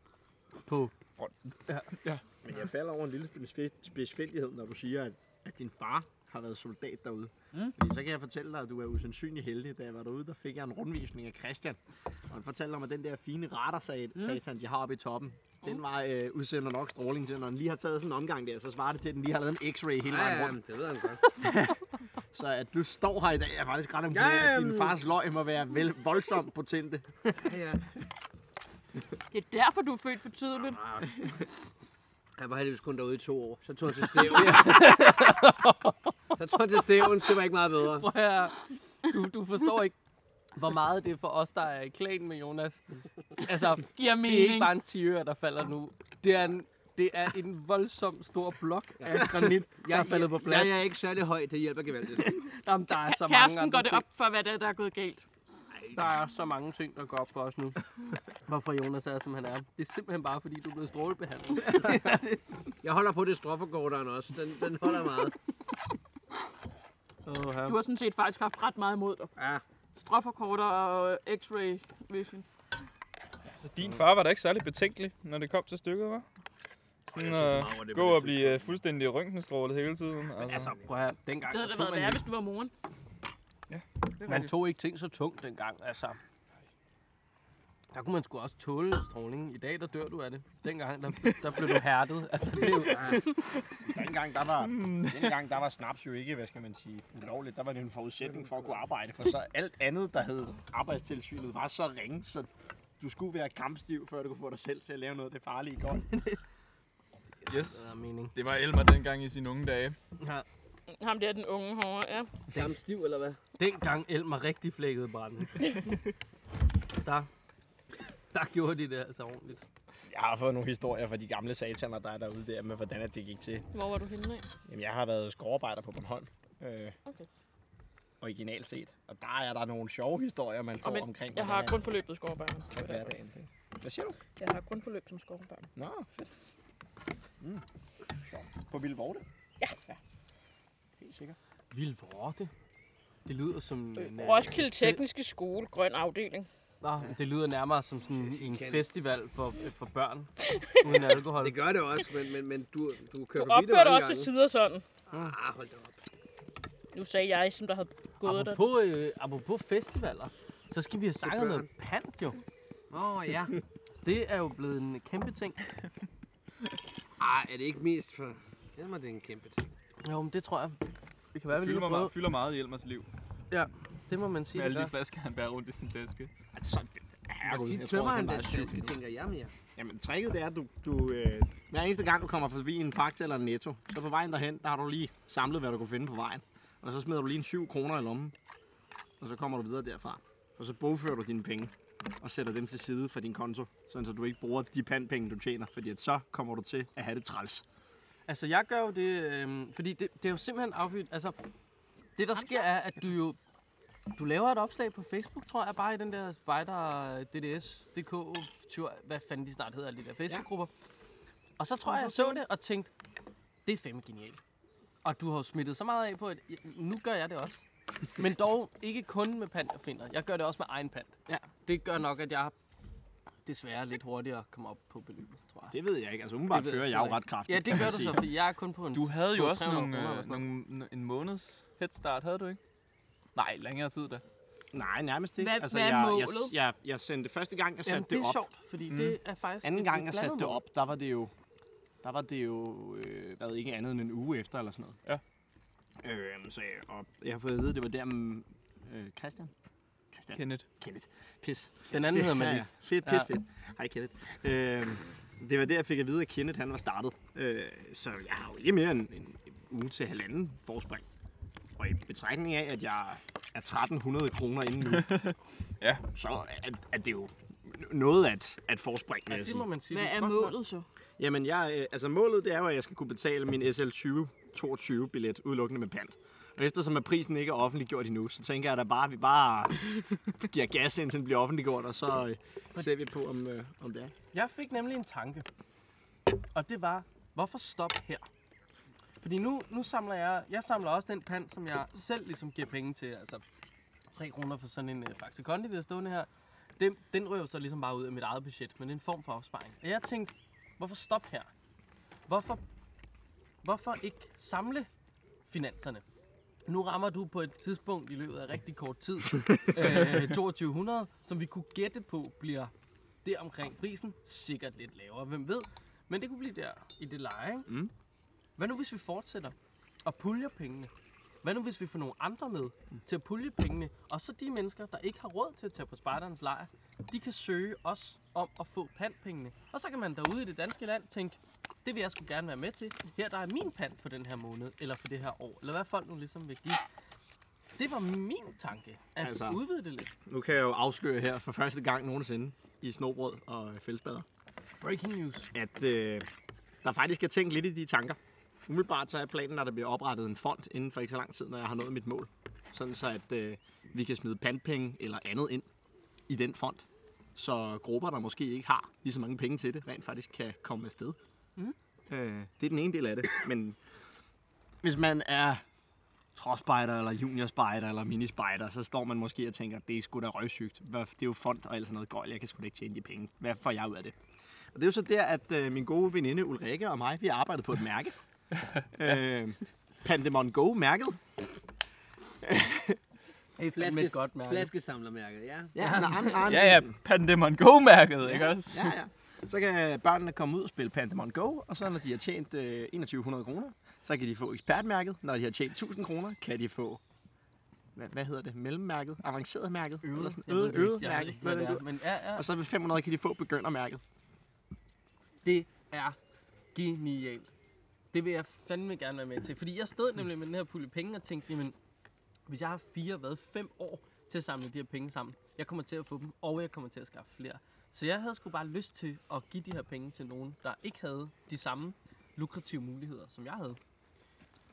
D: på...
H: Men jeg falder over en lille specif- specifældighed, når du siger, at, at din far har været soldat derude. Mm. Fordi så kan jeg fortælle dig, at du er usandsynlig heldig. Da jeg var derude, der fik jeg en rundvisning af Christian. Og han fortalte om, at den der fine radarsatan, de har oppe i toppen, den var øh, udsender nok stråling til. Når den lige har taget sådan en omgang der, så svarer det til, at den lige har lavet en x-ray hele vejen rundt.
E: men det ved han godt.
H: Så at du står her i dag, er faktisk ret imponeret, at din
E: Jamen.
H: fars løg må være vel, voldsomt potente.
E: Ja, ja.
B: Det er derfor, du er født for tidligt.
D: Ah,
E: Han var heldigvis kun derude i to år. Så tog han til stævn. så tog han til stævn, så det var ikke meget bedre.
D: Prøv her. *laughs* Du, du forstår ikke, hvor meget det er for os, der er i klan med Jonas. Altså,
B: Giver
D: det er ikke
B: mening.
D: bare en tiøre, der falder nu. Det er en, det er en voldsom stor blok af granit, der er faldet på plads.
E: Jeg, jeg er ikke særlig høj, det hjælper gevaldigt.
D: Jamen, der er så mange
B: Kæresten
D: andre
B: går det
D: ting.
B: op for, hvad det er, der er gået galt.
D: Der er så mange ting, der går op for os nu. Hvorfor Jonas er, som han er. Det er simpelthen bare, fordi du er blevet strålebehandlet.
E: Jeg holder på det stroffergårderen også. Den, den holder meget.
D: Oh,
B: Du har sådan set faktisk haft ret meget imod dig.
E: Ja.
B: Strofferkorter og øh, x-ray vision.
A: Altså, din far var da ikke særlig betænkelig, når det kom til stykket, var? Sådan at gå og blive øh, fuldstændig røntgenstrålet hele tiden. Altså,
D: altså, prøv at høre, dengang
B: Det havde
D: der
B: da
D: tog
B: været
D: man,
B: værre, hvis du var moren.
A: det er
D: man
A: rigtigt.
D: tog ikke ting så tungt dengang, altså. Der kunne man sgu også tåle stråling. I dag, der dør du af det. Dengang, der, der blev du hærdet. Altså, det er jo,
H: Dengang der, var, dengang der var snaps jo ikke, hvad skal man sige, ulovligt. Der var det en forudsætning for at kunne arbejde, for så alt andet, der hed arbejdstilsynet, var så ringe, så du skulle være kampstiv, før du kunne få dig selv til at lave noget af det farlige godt.
D: det
A: yes.
D: er mening.
A: Det var Elmer dengang i sine unge dage.
B: Ham der, den unge hårde, ja.
E: Gammel stiv, eller hvad?
D: Dengang Elmer rigtig flækkede branden. Der, der gjorde de det altså ordentligt.
H: *laughs* Jeg har fået nogle historier fra de gamle sataner, der er derude der, med hvordan at det gik til.
B: Hvor var du henne af?
H: Jamen, jeg har været skovarbejder på Bornholm. Øh,
B: Okay.
H: Originalt set. Og der er der nogle sjove historier, man får
B: Og men,
H: omkring,
B: Jeg har kun forløbet skovbørn.
H: hvordan hverdagen det. Hvad siger du?
B: Jeg har kun forløbet som skovbørn.
H: Nå, fedt. Mm. Sjovt. På Vilde Vorte? Ja. ja. Helt sikkert.
D: Vild vorte. Det lyder som... en, øh,
B: Roskilde Tekniske Skole, grøn afdeling.
D: Nå, men det lyder nærmere som sådan en festival for, øh, for børn uden alkohol.
E: Det gør det også, men, men, men du, du kører
B: Du
E: forbi det
B: opfører dig
E: mange
B: også til
E: gange.
B: sider sådan.
E: Ah, hold da op.
B: Nu sagde jeg, som der havde gået der.
D: Apropos, øh, apropos festivaler, så skal vi have snakket om
E: børn.
D: noget pant jo.
E: Åh, oh, ja.
D: Det er jo blevet en kæmpe ting.
E: Ah, er det ikke mest for... Jeg må det er en kæmpe ting.
D: Jo, men det tror jeg. Det kan være, vi lige
A: Fylder, mig
D: har prøvet.
A: meget, fylder meget i Elmers liv.
D: Det må man sige.
A: Med alle de
D: Det
A: flasker, han bærer rundt i sin taske.
D: Altså,
E: Hvor
H: Herregud,
E: tit tømmer han den taske, tænker jeg mere.
H: Jamen, tricket det er, at du, du øh, hver eneste gang, du kommer forbi en fakta eller en netto, så på vejen derhen, der har du lige samlet, hvad du kunne finde på vejen. Og så smider du lige en 7 kroner i lommen, og så kommer du videre derfra. Og så bogfører du dine penge, og sætter dem til side fra din konto, sådan så du ikke bruger de pandpenge, du tjener, fordi at så kommer du til at have det træls.
D: altså, jeg gør jo det, øh, fordi det, det er jo simpelthen affyldt. Altså, det der sker er, at du jo du laver et opslag på Facebook, tror jeg, bare i den der spider DDS, DK, tyver- hvad fanden de snart hedder, alle de der Facebook-grupper. Og så tror jeg, jeg så det og tænkte, det er fandme genialt. Og du har jo smittet så meget af på, at nu gør jeg det også. Men dog ikke kun med pant og finder. Jeg gør det også med egen pant.
H: Ja.
D: Det gør nok, at jeg desværre lidt hurtigere kommer op på beløbet, tror jeg.
H: Det ved jeg ikke. Altså, umiddelbart
D: Det ved jeg
H: fører
D: sgu
H: jeg jo
D: ikke.
H: ret kraftigt.
D: Ja, det
H: kan
D: gør
H: man
D: du
H: sige.
D: så, fordi jeg er kun på en
A: Du havde jo
D: 200-300
A: også nogle,
D: kroner eller
A: øh,
D: sådan noget.
A: nogle, en måneds headstart, havde du ikke? Nej, længere tid da.
H: Nej, nærmest ikke.
B: Hvad-
H: altså,
B: hvad er
H: jeg, jeg,
B: målet?
H: jeg, jeg sendte første gang, jeg satte
D: Jamen, det er
H: op.
D: sjovt, fordi
A: Mm.
D: det er faktisk...
H: Anden
D: et-
H: gang,
D: et
H: jeg
D: blandet
H: satte det
D: mål.
H: op, der var det jo, der var det jo øh, hvad, ikke andet end en uge efter eller sådan noget. Ja. Øh, så, jeg- og jeg har fået at vide, at det var der med øh, Christian. Christian.
A: Kenneth.
H: Kenneth. Pis.
D: Den anden hedder man
H: ja,
D: lige.
H: ja. Fedt, pis,
D: Ja.
H: ja. fedt. Hej Kenneth. Øh, det var der, jeg fik at vide, at Kenneth han var startet. Øh, så jeg har jo ikke mere end en uge til halvanden forspring. Og i betragtning af, at jeg er 1300 kroner inden
D: *laughs*
H: nu,
A: Ja.
H: så er, er det jo noget at, at forspring, vil jeg
D: Det
H: sige.
D: må man sige.
B: Hvad
D: du
B: er
D: godt nok-
B: målet så?
H: Jamen, jeg, øh, altså målet det er jo, at jeg skal kunne betale min SL 2022 billet udelukkende med pant. Og eftersom at prisen ikke er offentliggjort endnu, så tænker jeg da bare, at vi bare *laughs* giver gas, indtil den bliver offentliggjort, og så øh, ser vi på, om, øh, om det er.
D: Jeg fik nemlig en tanke, og det var, hvorfor stoppe her? Fordi nu, nu samler jeg, jeg samler også den pand, som jeg selv ligesom giver penge til, altså 3 kroner for sådan en øh, Faxe Kondi, vi har stående her. Den, den røver så ligesom bare ud af mit eget budget, men det er en form for opsparing. Og jeg tænkte, hvorfor stoppe her? Hvorfor, hvorfor ikke samle finanserne? Nu rammer du på et tidspunkt i løbet af rigtig kort tid, øh, 2200, som vi kunne gætte på bliver der omkring prisen, sikkert lidt lavere, hvem ved. Men det kunne blive der i det leje, ikke?
H: Mm.
D: Hvad nu hvis vi fortsætter og puljer pengene? Hvad nu hvis vi får nogle andre med til at pulje pengene? Og så de mennesker, der ikke har råd til at tage på Spartans lejr, de kan søge os om at få pantpengene. Og så kan man derude i det danske land tænke, det vil jeg sgu gerne være med til. Her der er min pant for den her måned, eller for det her år, eller hvad folk nu ligesom vil give. Det var min tanke, at altså,
H: Altså,
D: udvide det lidt.
H: Nu kan jeg jo afsløre her for første gang nogensinde i snobrød og øh, fællesbader,
D: Breaking news.
H: at øh, der faktisk er tænkt lidt i de tanker. Umiddelbart så er planen, at der bliver oprettet en fond inden for ikke så lang tid, når jeg har nået mit mål. Sådan så, at øh, vi kan smide pandpenge eller andet ind i den fond. Så grupper, der måske ikke har lige så mange penge til det, rent faktisk kan komme afsted. Mm. Øh, det er den ene del af det. Men hvis man er tråspejder, eller juniorspejder, eller minispejder, så står man måske og tænker, det er sgu da røvsygt. Hvad- Det er jo fond og alt sådan noget gøjl. Jeg kan sgu da ikke tjene de penge. Hvad får jeg ud af det? Og det er jo så der, at øh, min gode veninde Ulrike og mig, vi har arbejdet på et
A: *laughs*
H: mærke. øh, Pandemon Go-mærket.
D: Hey, fandme et godt mærke.
E: flaskesamlermærket, ja.
H: Ja, nej, nej, nej.
A: Ja, ja, Pandemon Go-mærket, ikke også?
H: Ja, ja. Så kan børnene komme ud og spille Pandemon Go, og så når de har tjent øh, 2100 kroner, så kan de få ekspertmærket. Når de har tjent 1000 kroner, kan de få, hvad, hvad hedder det, mellemmærket, avanceret mærket, eller sådan øget, øget
D: Jeg ved
H: mærket.
D: ikke,
H: Hvad
D: hvad det
H: ved
D: er,
H: du?
D: men ja, ja,
H: Og så ved 500 kan de få begyndermærket.
D: det er genialt. Det vil jeg fandme gerne være med til. Fordi jeg stod nemlig med den her pulje penge og tænkte, jamen, hvis jeg har fire, hvad, fem år til at samle de her penge sammen, jeg kommer til at få dem, og jeg kommer til at skaffe flere. Så jeg havde sgu bare lyst til at give de her penge til nogen, der ikke havde de samme lukrative muligheder, som jeg havde.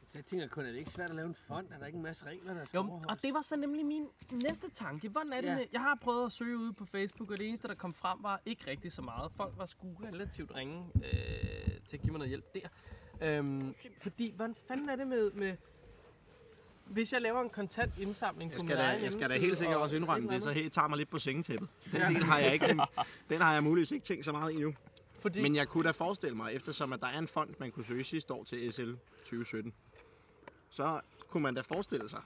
E: Så jeg tænker kun, er det ikke svært at lave en fond? Er der ikke en masse regler, der skal
D: Jo, og det var så nemlig min næste tanke. Hvordan er det
E: Ja.
D: med, jeg har prøvet at søge ude på Facebook, og det eneste, der kom frem, var ikke rigtig så meget. Folk var sgu relativt ringe øh, til at give mig noget hjælp der. Øhm, fordi, hvordan fanden er det med, med hvis jeg laver en kontant indsamling
H: Jeg
D: på
H: skal,
D: min
H: da,
D: egen
H: jeg skal da
D: hjemmeside
H: helt sikkert
D: og
H: også indrømme,
D: et
H: det så
D: eller
H: helt tager mig lidt på sengetæppet. Den del har jeg ikke,
D: *laughs*
H: den har jeg muligvis ikke tænkt så meget i nu.
D: andet, Fordi,
H: Men jeg kunne da forestille mig, eftersom at der er en fond, man kunne søge sidste år til SL 2017, så kunne man da forestille sig,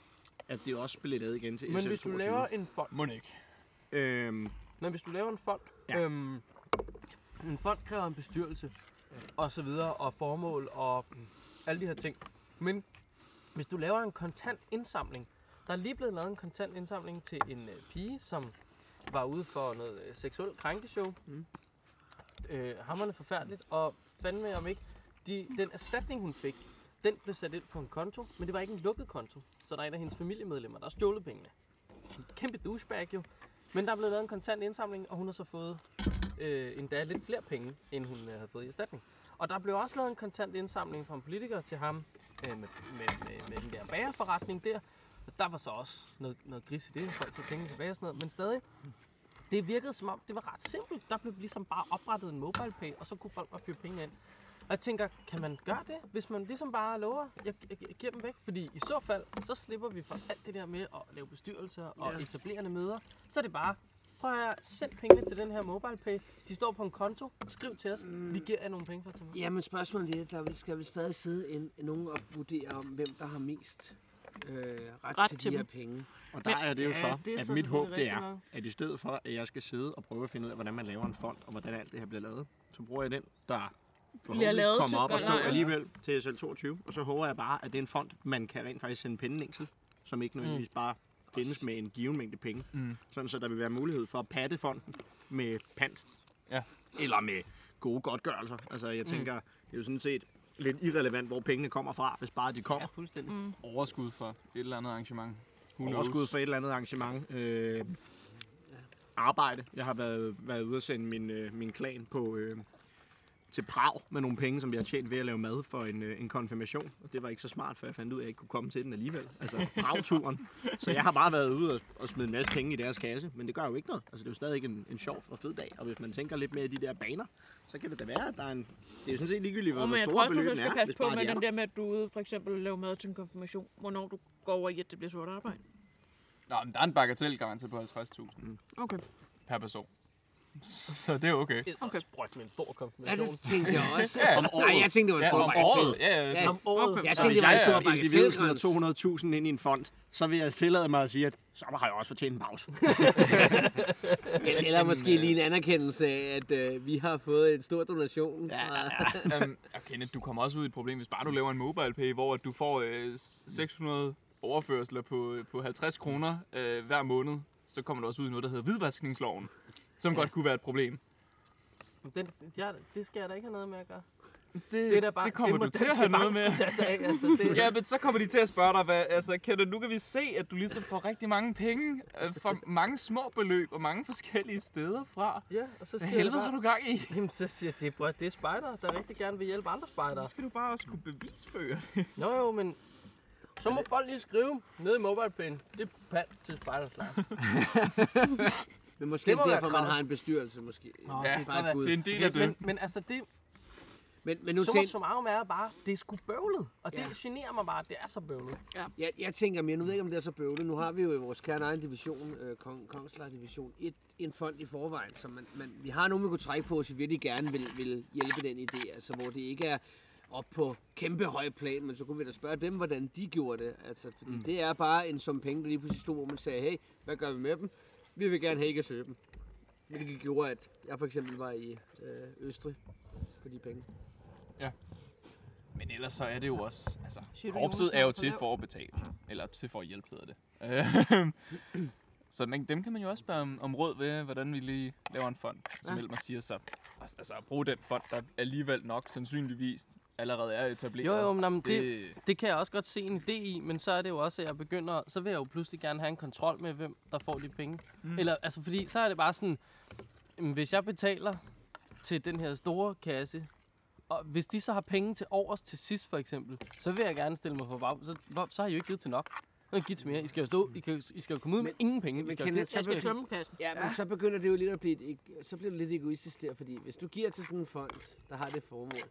H: at det også blev lavet igen til
D: men
H: SL
D: hvis du
H: 22.
D: laver en fond,
A: Må ikke.
H: Øhm,
D: men hvis du laver en fond, ja.
H: Ja.
D: øhm, en fond kræver en bestyrelse, og så videre, og formål, og alle de her ting. Men hvis du laver en kontant indsamling, der er lige blevet lavet en kontant indsamling til en øh, pige, som var ude for noget øh, seksuel krænkeshow. Mm. Øh, hammerne forfærdeligt, og fandme om ikke, de, den erstatning hun fik, den blev sat ind på en konto, men det var ikke en lukket konto, så der er en af hendes familiemedlemmer, der har stjålet pengene. Kæmpe douchebag jo. Men der er blevet lavet en kontant indsamling, og hun har så fået øh, endda lidt flere penge, end hun øh, havde fået i erstatning. Og der blev også lavet en kontant indsamling fra en politiker til ham øh, med, med, med, med den der bagerforretning der. Og der var så også noget, noget gris i det, folk fik penge tilbage og sådan noget, men stadig. Det virkede som om, det var ret simpelt. Der blev ligesom bare oprettet en mobile pay, og så kunne folk bare fyre penge ind. Og jeg tænker, kan man gøre det, hvis man ligesom bare lover, jeg, jeg, jeg giver dem væk? Fordi i så fald, så slipper vi for alt det der med at lave bestyrelser og ja. etablerende møder. Så er det bare, prøv at høre, send pengene til den her mobile pay. De står på en konto, skriv til os, vi giver jer nogle penge for at tage med.
E: Ja, men spørgsmålet er, der vil- skal vel stadig sidde en, nogen og vurdere om, hvem der har mest øh, ret,
B: Ret
E: ret til,
B: til
E: de her
B: dem.
E: penge.
H: og der er det jo
D: Ja,
H: så,
D: det er
H: at
D: så
H: mit håb det
D: selvfølgelig rigtig
H: er,
D: nok.
H: at i stedet for, at jeg skal sidde og prøve at finde ud af, hvordan man laver en fond, og hvordan alt det her bliver lavet, så bruger jeg den, der
B: lavet
H: forhåbentlig kommer
B: til
H: op og står
B: Gørdlejren.
H: alligevel til SL 22, og så håber jeg bare, at det er en fond, man kan rent faktisk sende penge ind til, som ikke nødvendigvis bare findes med en given mængde penge.
A: Mm.
H: Sådan så der vil være mulighed for at patte fonden med pant.
A: Ja. Mm.
H: Eller med gode godtgørelser. Altså jeg tænker, det er jo sådan set lidt irrelevant, hvor pengene kommer fra, hvis bare de
D: Ja,
H: kommer.
D: fuldstændig.
A: Overskud for et eller andet arrangement. Who
H: Ja.
A: knows?
H: Overskud for et eller andet arrangement. Øh, arbejde. Jeg har været, været ude og sende min, øh, min klan på, øh, til Prag med nogle penge, som jeg har tjent ved at lave mad for en, øh, en konfirmation. Og det var ikke så smart, for jeg fandt ud af, at jeg ikke kunne komme til den alligevel. Altså Prag-turen. Så jeg har bare været ude og, og smide en masse penge i deres kasse, men det gør jo ikke noget. Altså det er jo stadig en, en sjov og fed dag. Og hvis man tænker lidt mere i de der baner, så kan det da være, at der er en... Det er jo sådan set ligegyldigt, hvor,
B: Og men
H: hvor
B: jeg tror
H: store
B: også, du så
H: beløbene
B: skal
H: er,
B: passe
H: hvis
B: på
H: bare
B: med
H: de er
B: den
H: der.
B: der med, at du er ude for eksempel laver mad til en konfirmation, hvornår du går over i, at det bliver sort arbejde.
A: Nå, men der er en bagatell garanteret på 50.000
B: Okay.
A: per person. *laughs* Så, så det er okay.
B: Okay.
D: Sprøjt med en stor
E: Ja,
D: konfirmation.
E: det tænkte jeg *laughs* også.
A: Ja,
E: om året. Nej, jeg tænkte, det var en
A: Ja,
E: stor
A: om året. Ja, ja,
E: Ja,
A: ja.
E: om året.
B: Okay.
E: Jeg
H: Så
E: tænkte,
H: hvis
E: det var
H: jeg
E: en stor
H: er individet smider
E: bagatelgrænse.
H: 200.000 ind i en fond, så vil jeg tillade mig at sige, at så har jeg også fortjent en pause.
E: Eller, eller måske lige en anerkendelse af, at øh, vi har fået en stor donation. Ja, ja, ja.
A: Um, og Kenneth, du kommer også ud i et problem, hvis bare du laver en mobile pay, hvor at du får øh, s- 600 overførsler på, på 50 kroner øh, hver måned, så kommer du også ud i noget, der hedder hvidvaskningsloven, som ja. godt kunne være et problem.
D: Den, jeg, det skal jeg da ikke have noget med at gøre. Det, er da bare,
A: det kommer
D: må
A: du til at
D: Danske
A: have noget
D: Bank
A: med.
D: skulle Tage sig af, altså, det,
A: Ja, men så kommer de til at spørge dig, hvad, altså Kenneth, nu kan vi se, at du ligesom får rigtig mange penge øh, fra mange små beløb og mange forskellige steder fra.
D: ja, og så
A: Hvad
D: siger jeg
A: helvede
D: bare,
A: har du gang i?
D: Jamen, så siger jeg, det, bror, det er spejder, der rigtig gerne vil hjælpe andre
A: Så
D: spejdere.
A: skal du bare også kunne bevisføre.
D: Nå jo, men så må folk lige skrive ned i MobilePay'en. Det er pand til
A: *laughs*
D: spejderslag.
E: Men måske
D: Det må være
E: derfor, man
D: kravet.
E: har en bestyrelse. Måske. Nå,
D: det kan
E: bare
D: være.
E: et bud.
A: Det er en del af
D: Men, men,
A: det.
D: men altså, det
E: Men, men nu
D: summer
E: tænker
D: som arm er bare, det er sgu bøvlet. Og det
E: Ja.
D: generer mig bare, at det er så bøvlet.
E: jeg, jeg tænker mere, nu ved jeg ikke, om det er så bøvlet. Nu har vi jo i vores kerne egen division, øh, Kong, Kongsler Division, et, en fond i forvejen, som man, man, vi har nogen, vi kunne trække på, hvis vi virkelig gerne vil, vil hjælpe den idé. Altså, hvor det ikke er op på kæmpe høj plan, men så kunne vi da spørge dem, hvordan de gjorde det. Altså, fordi mm. det er bare en sum penge, der lige pludselig stod, hvor man sagde, hey, hvad gør vi med dem? Vi vil gerne have, I kan søge dem. Hvilket gjorde, at jeg for eksempel var i øh, Østrig for de penge.
A: Men ellers så er det jo også, altså,
B: Siger du,
A: korpset
B: Jonas,
A: er jo
B: man får
A: til
B: lav?
A: for at betale, eller til for at hjælpe, hedder det. Øhm, *clears throat* så man, dem kan man jo også spørge om, om råd ved, hvordan vi lige laver en fond, som
E: Ja.
A: ja. Elmer siger så. Altså at bruge den fond, der alligevel nok sandsynligvis allerede er etableret.
D: Jo, jo, men jamen, det,
A: det,
D: det kan jeg også godt se en idé i, men så er det jo også, at jeg begynder, så vil jeg jo pludselig gerne have en kontrol med, hvem der får de penge. Mm. Eller, altså, fordi så er det bare sådan, jamen, hvis jeg betaler til den her store kasse, og hvis de så har penge til overs til sidst, for eksempel, så vil jeg gerne stille mig for bag, så, hvor, så har I jo ikke givet til nok. Så har I givet til mere. I skal jo stå, I, kan, I skal jo komme ud med ingen penge. I
E: Men
D: skal jo
E: kan
D: give-
E: jeg, så
B: Jeg skal
E: vil-
B: tømme kassen.
E: Ja, men så begynder det jo lidt at blive, et, eg- så bliver det lidt egoistisk der, fordi hvis du giver til sådan en fond, der har det formål,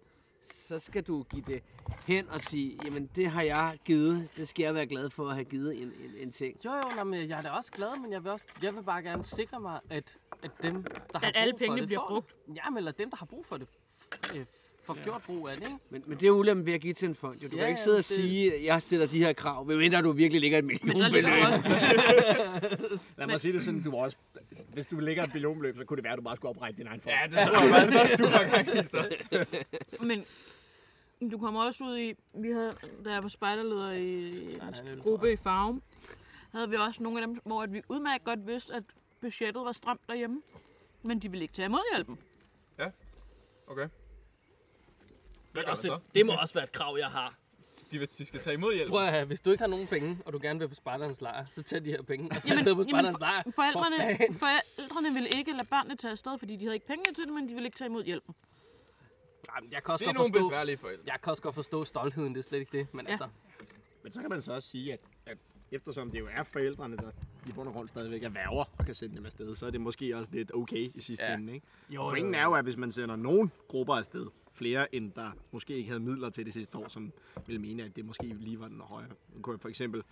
E: så skal du give det hen og sige, jamen det har jeg givet, det skal jeg være glad for at have givet en, en, en ting.
D: Jo, jo, nå, men jeg er da også glad, men jeg vil, også, jeg vil bare gerne sikre mig, at, at dem, der har
B: At alle
D: brug for
B: pengene
D: det,
B: bliver
D: får det. Jamen, eller dem, der har brug for det, f- øh, får gjort brug af det, ikke?
E: Men, men det er ulempen ved at give til en fond. Jo. Du
D: Ja,
E: ja, kan ikke
D: ja,
E: sidde og
D: det-
E: sige, at jeg stiller de her krav, medmindre du virkelig ligger et
B: Der
E: millionbeløb.
B: ligger også,
H: Lad *laughs* mig sige det sådan, du også... Hvis du ligger et millionbeløb, så kunne det være, at du bare skulle oprette din egen fond. Ja, det
D: *laughs*
B: men du kommer også ud i, vi havde, da jeg var spejderleder i en gruppe i Farum, havde vi også nogle af dem, hvor at vi udmærket godt vidste, at budgettet var stramt derhjemme, men de ville ikke tage imod hjælpen.
A: okay. Hvad gør man så?
D: det må også være et krav, jeg har.
A: De, vil- de skal tage imod hjælp.
D: Prøv at høre, hvis du ikke har nogen penge, og du gerne vil på spejderens lejr, så tag de her penge og tag
B: Jamen,
D: afsted på
B: jamen,
D: spejderens
B: for-
D: lejr.
B: Forældrene,
D: For fanden.
B: forældrene ville ikke lade børnene tage afsted, fordi de havde ikke penge til det, men de ville ikke tage imod hjælpen.
D: Jamen, jeg kan også
A: Det er
D: godt
A: nogle
D: forstå,
A: besværlige forældre.
D: jeg kan også godt forstå stoltheden, det er slet ikke det, men
B: Ja.
D: altså,
H: Men så kan man så også sige, at, at eftersom det jo er forældrene, der i bund og grund stadigvæk er værger og kan sende dem afsted, så er det måske også lidt okay i sidste
A: Ja.
H: ja. ende. Ikke? Jo, Pointen er jo, at hvis man sender nogle grupper afsted, flere end der måske ikke havde midler til det sidste år, som vil mene, at det måske lige var den højere. Nu kunne jeg For eksempel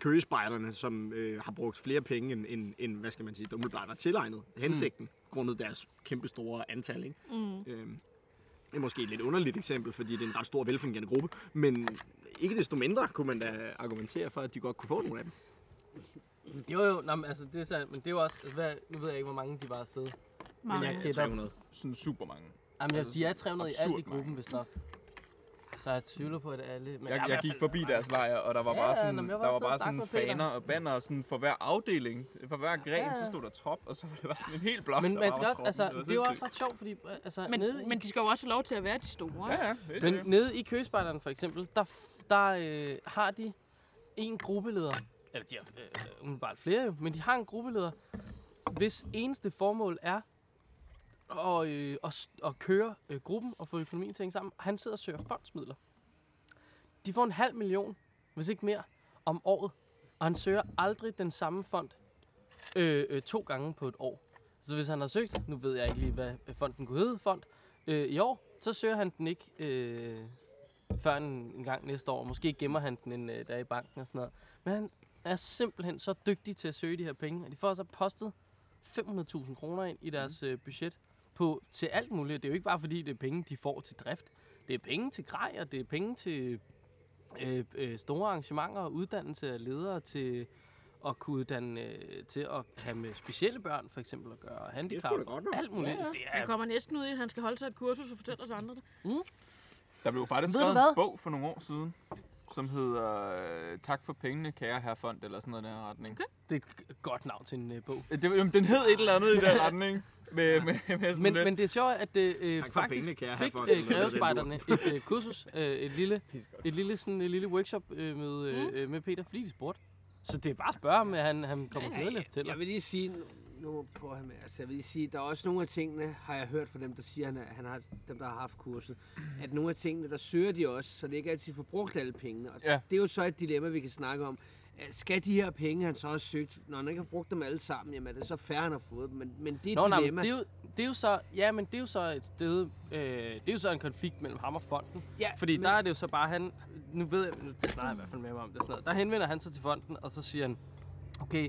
H: køgespejderne, som øh, har brugt flere penge, end, end, end hvad skal man sige, der umiddelbart var tilegnet hensigten, mm. grundet deres kæmpe store antal. Ikke? Mm. Øhm, det er måske et lidt underligt eksempel, fordi det er en ret stor velfungerende gruppe, men ikke desto mindre kunne man da argumentere for, at de godt kunne få nogle af dem.
D: jo jo, nå, men, altså, det er sandt, men det er jo også, hvad, nu ved jeg ikke, hvor mange de var afsted. Men
B: Mange.
D: jeg gætter,
H: 300.
A: Sådan super mange.
D: Jamen, ja, de er 300 i alt i
A: absurd
D: gruppen, hvis nok. Så jeg tvivler på, at det er alle...
A: Jeg,
D: Men der er i
A: jeg
D: hvert
A: gik
D: fald
A: forbi deres lejr, og der var
D: Ja,
A: bare
D: ja,
A: sådan,
D: nå, men jeg var
A: der
D: også
A: var
D: nede
A: bare
D: og
A: sådan
D: snakke med Peter.
A: faner og banner og sådan for hver afdeling, for hver gren,
D: ja.
A: så stod der trop, og så var det bare sådan en hel blok,
D: Men
A: der
D: man
A: bare
D: skal
A: var
D: også,
A: troppen.
D: altså,
A: var
D: det er jo også
A: sindssygt.
D: ret sjovt, fordi øh, altså,
B: Men,
D: nede,
B: men de skal jo også have lov til at være de store.
A: Ja, ja. helt
D: men
A: sikkert.
D: nede i køgespejderen for eksempel, der, f- der øh, har de en gruppeleder, eller de har øh, umiddelbart flere jo, men de har en gruppeleder, hvis eneste formål er og, øh, og, s- og køre øh, gruppen og få økonomien til at hænge sammen. Han sidder og søger fondsmidler. De får en halv million, hvis ikke mere, om året. Og han søger aldrig den samme fond øh, øh, to gange på et år. Så hvis han har søgt, nu ved jeg ikke lige, hvad øh, fonden kunne hedde, fond, øh, i år, så søger han den ikke øh, før en, en gang næste år. Måske gemmer han den en øh, dag i banken og sådan noget. Men han er simpelthen så dygtig til at søge de her penge, at de får så postet 500.000 kroner ind i deres øh, budget på, til alt muligt. Det er jo ikke bare fordi, det er penge, de får til drift. Det er penge til grej, og det er penge til øh, øh, store arrangementer og uddannelse af ledere til at kunne uddanne øh, til at have med specielle børn for eksempel at gøre og handicap.
H: da godt nok.
D: og alt muligt. Ja, ja. Det
B: Han
D: er
B: kommer næsten ud i, at han skal holde sig et kursus og fortælle os andre det.
A: Der blev faktisk
D: Ved du
A: skrevet en
D: hvad?
A: bog for nogle år siden, som hedder øh, Tak for pengene, kære herfond, eller sådan noget i den her retning. Okay.
D: Det er et g- godt navn til en øh, bog.
A: Det, jamen, den hed et eller andet i *laughs* den her retning. Med, med, med sådan
D: Men,
A: lidt.
D: men det er sjovt, at øh,
H: Tak for
D: faktisk
H: pengene, kære
D: fik
H: herfor.
D: øh, grevespejderne et øh,
H: *laughs*
D: kursus, øh, et lille, et lille, sådan, et lille workshop øh, med,
E: Mm.
D: øh, med Peter, fordi de spurgte. Så det er bare at spørge ham, at han, han kommer glædeligt og fortæller.
E: Jeg vil lige sige, nu- nu på ham, altså jeg vil lige sige, der er også nogle af tingene, har jeg hørt fra dem, der siger, han, er- han har, dem, der har haft kurset, at nogle af tingene, der søger de også, så det ikke altid får brugt alle pengene. Og
A: Ja.
E: det er jo så et dilemma, vi kan snakke om. Øh, Skal de her penge, han så har søgt, når han ikke har brugt dem alle sammen, jamen er det så færre, han har fået dem, men, men det er
D: Nå,
E: et
D: nej, men
E: dilemma.
D: det, er jo, det er jo så, ja, men det er jo så et sted, øh, det er jo så en konflikt mellem ham og fonden.
E: Ja,
D: Fordi
E: men-
D: der er det jo så bare, han, nu ved jeg, nu snakker jeg i hvert fald med ham om det og sådan noget. Der henvender han sig til fonden, og så siger han, okay,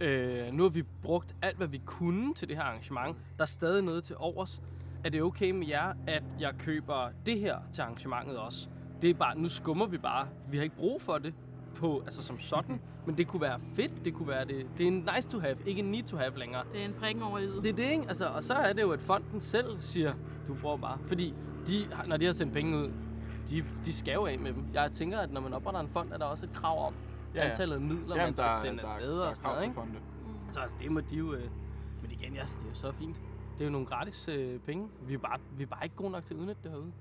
D: øh, nu har vi brugt alt, hvad vi kunne til det her arrangement. Der er stadig noget til overs. Er det okay med jer, at jeg køber det her til arrangementet også? Det er bare, nu skummer vi bare. Vi har ikke brug for det på, altså som sådan, men det kunne være fedt, det kunne være det. Det er en nice to have, ikke en need to have længere.
B: Det er en prikken over i det.
D: Det er det, ikke? Altså, og så er det jo, at fonden selv siger, du bruger bare. Fordi, de, har- når de har sendt penge ud, de, de skal jo af med dem. Jeg tænker, at når man opretter en fond, er der også et krav om ja,
A: Ja,
D: ja.
A: ja.
D: antallet af midler,
A: Jamen,
D: man skal sende afsted
A: der er
D: og sådan noget.
A: krav til
D: Ikke?
A: fonde.
D: Så altså, det må de jo... Øh, men igen, yes, det er jo så fint. Det er jo nogle gratis øh, penge. Vi er, bare, vi er bare ikke gode nok til at udnytte det herude.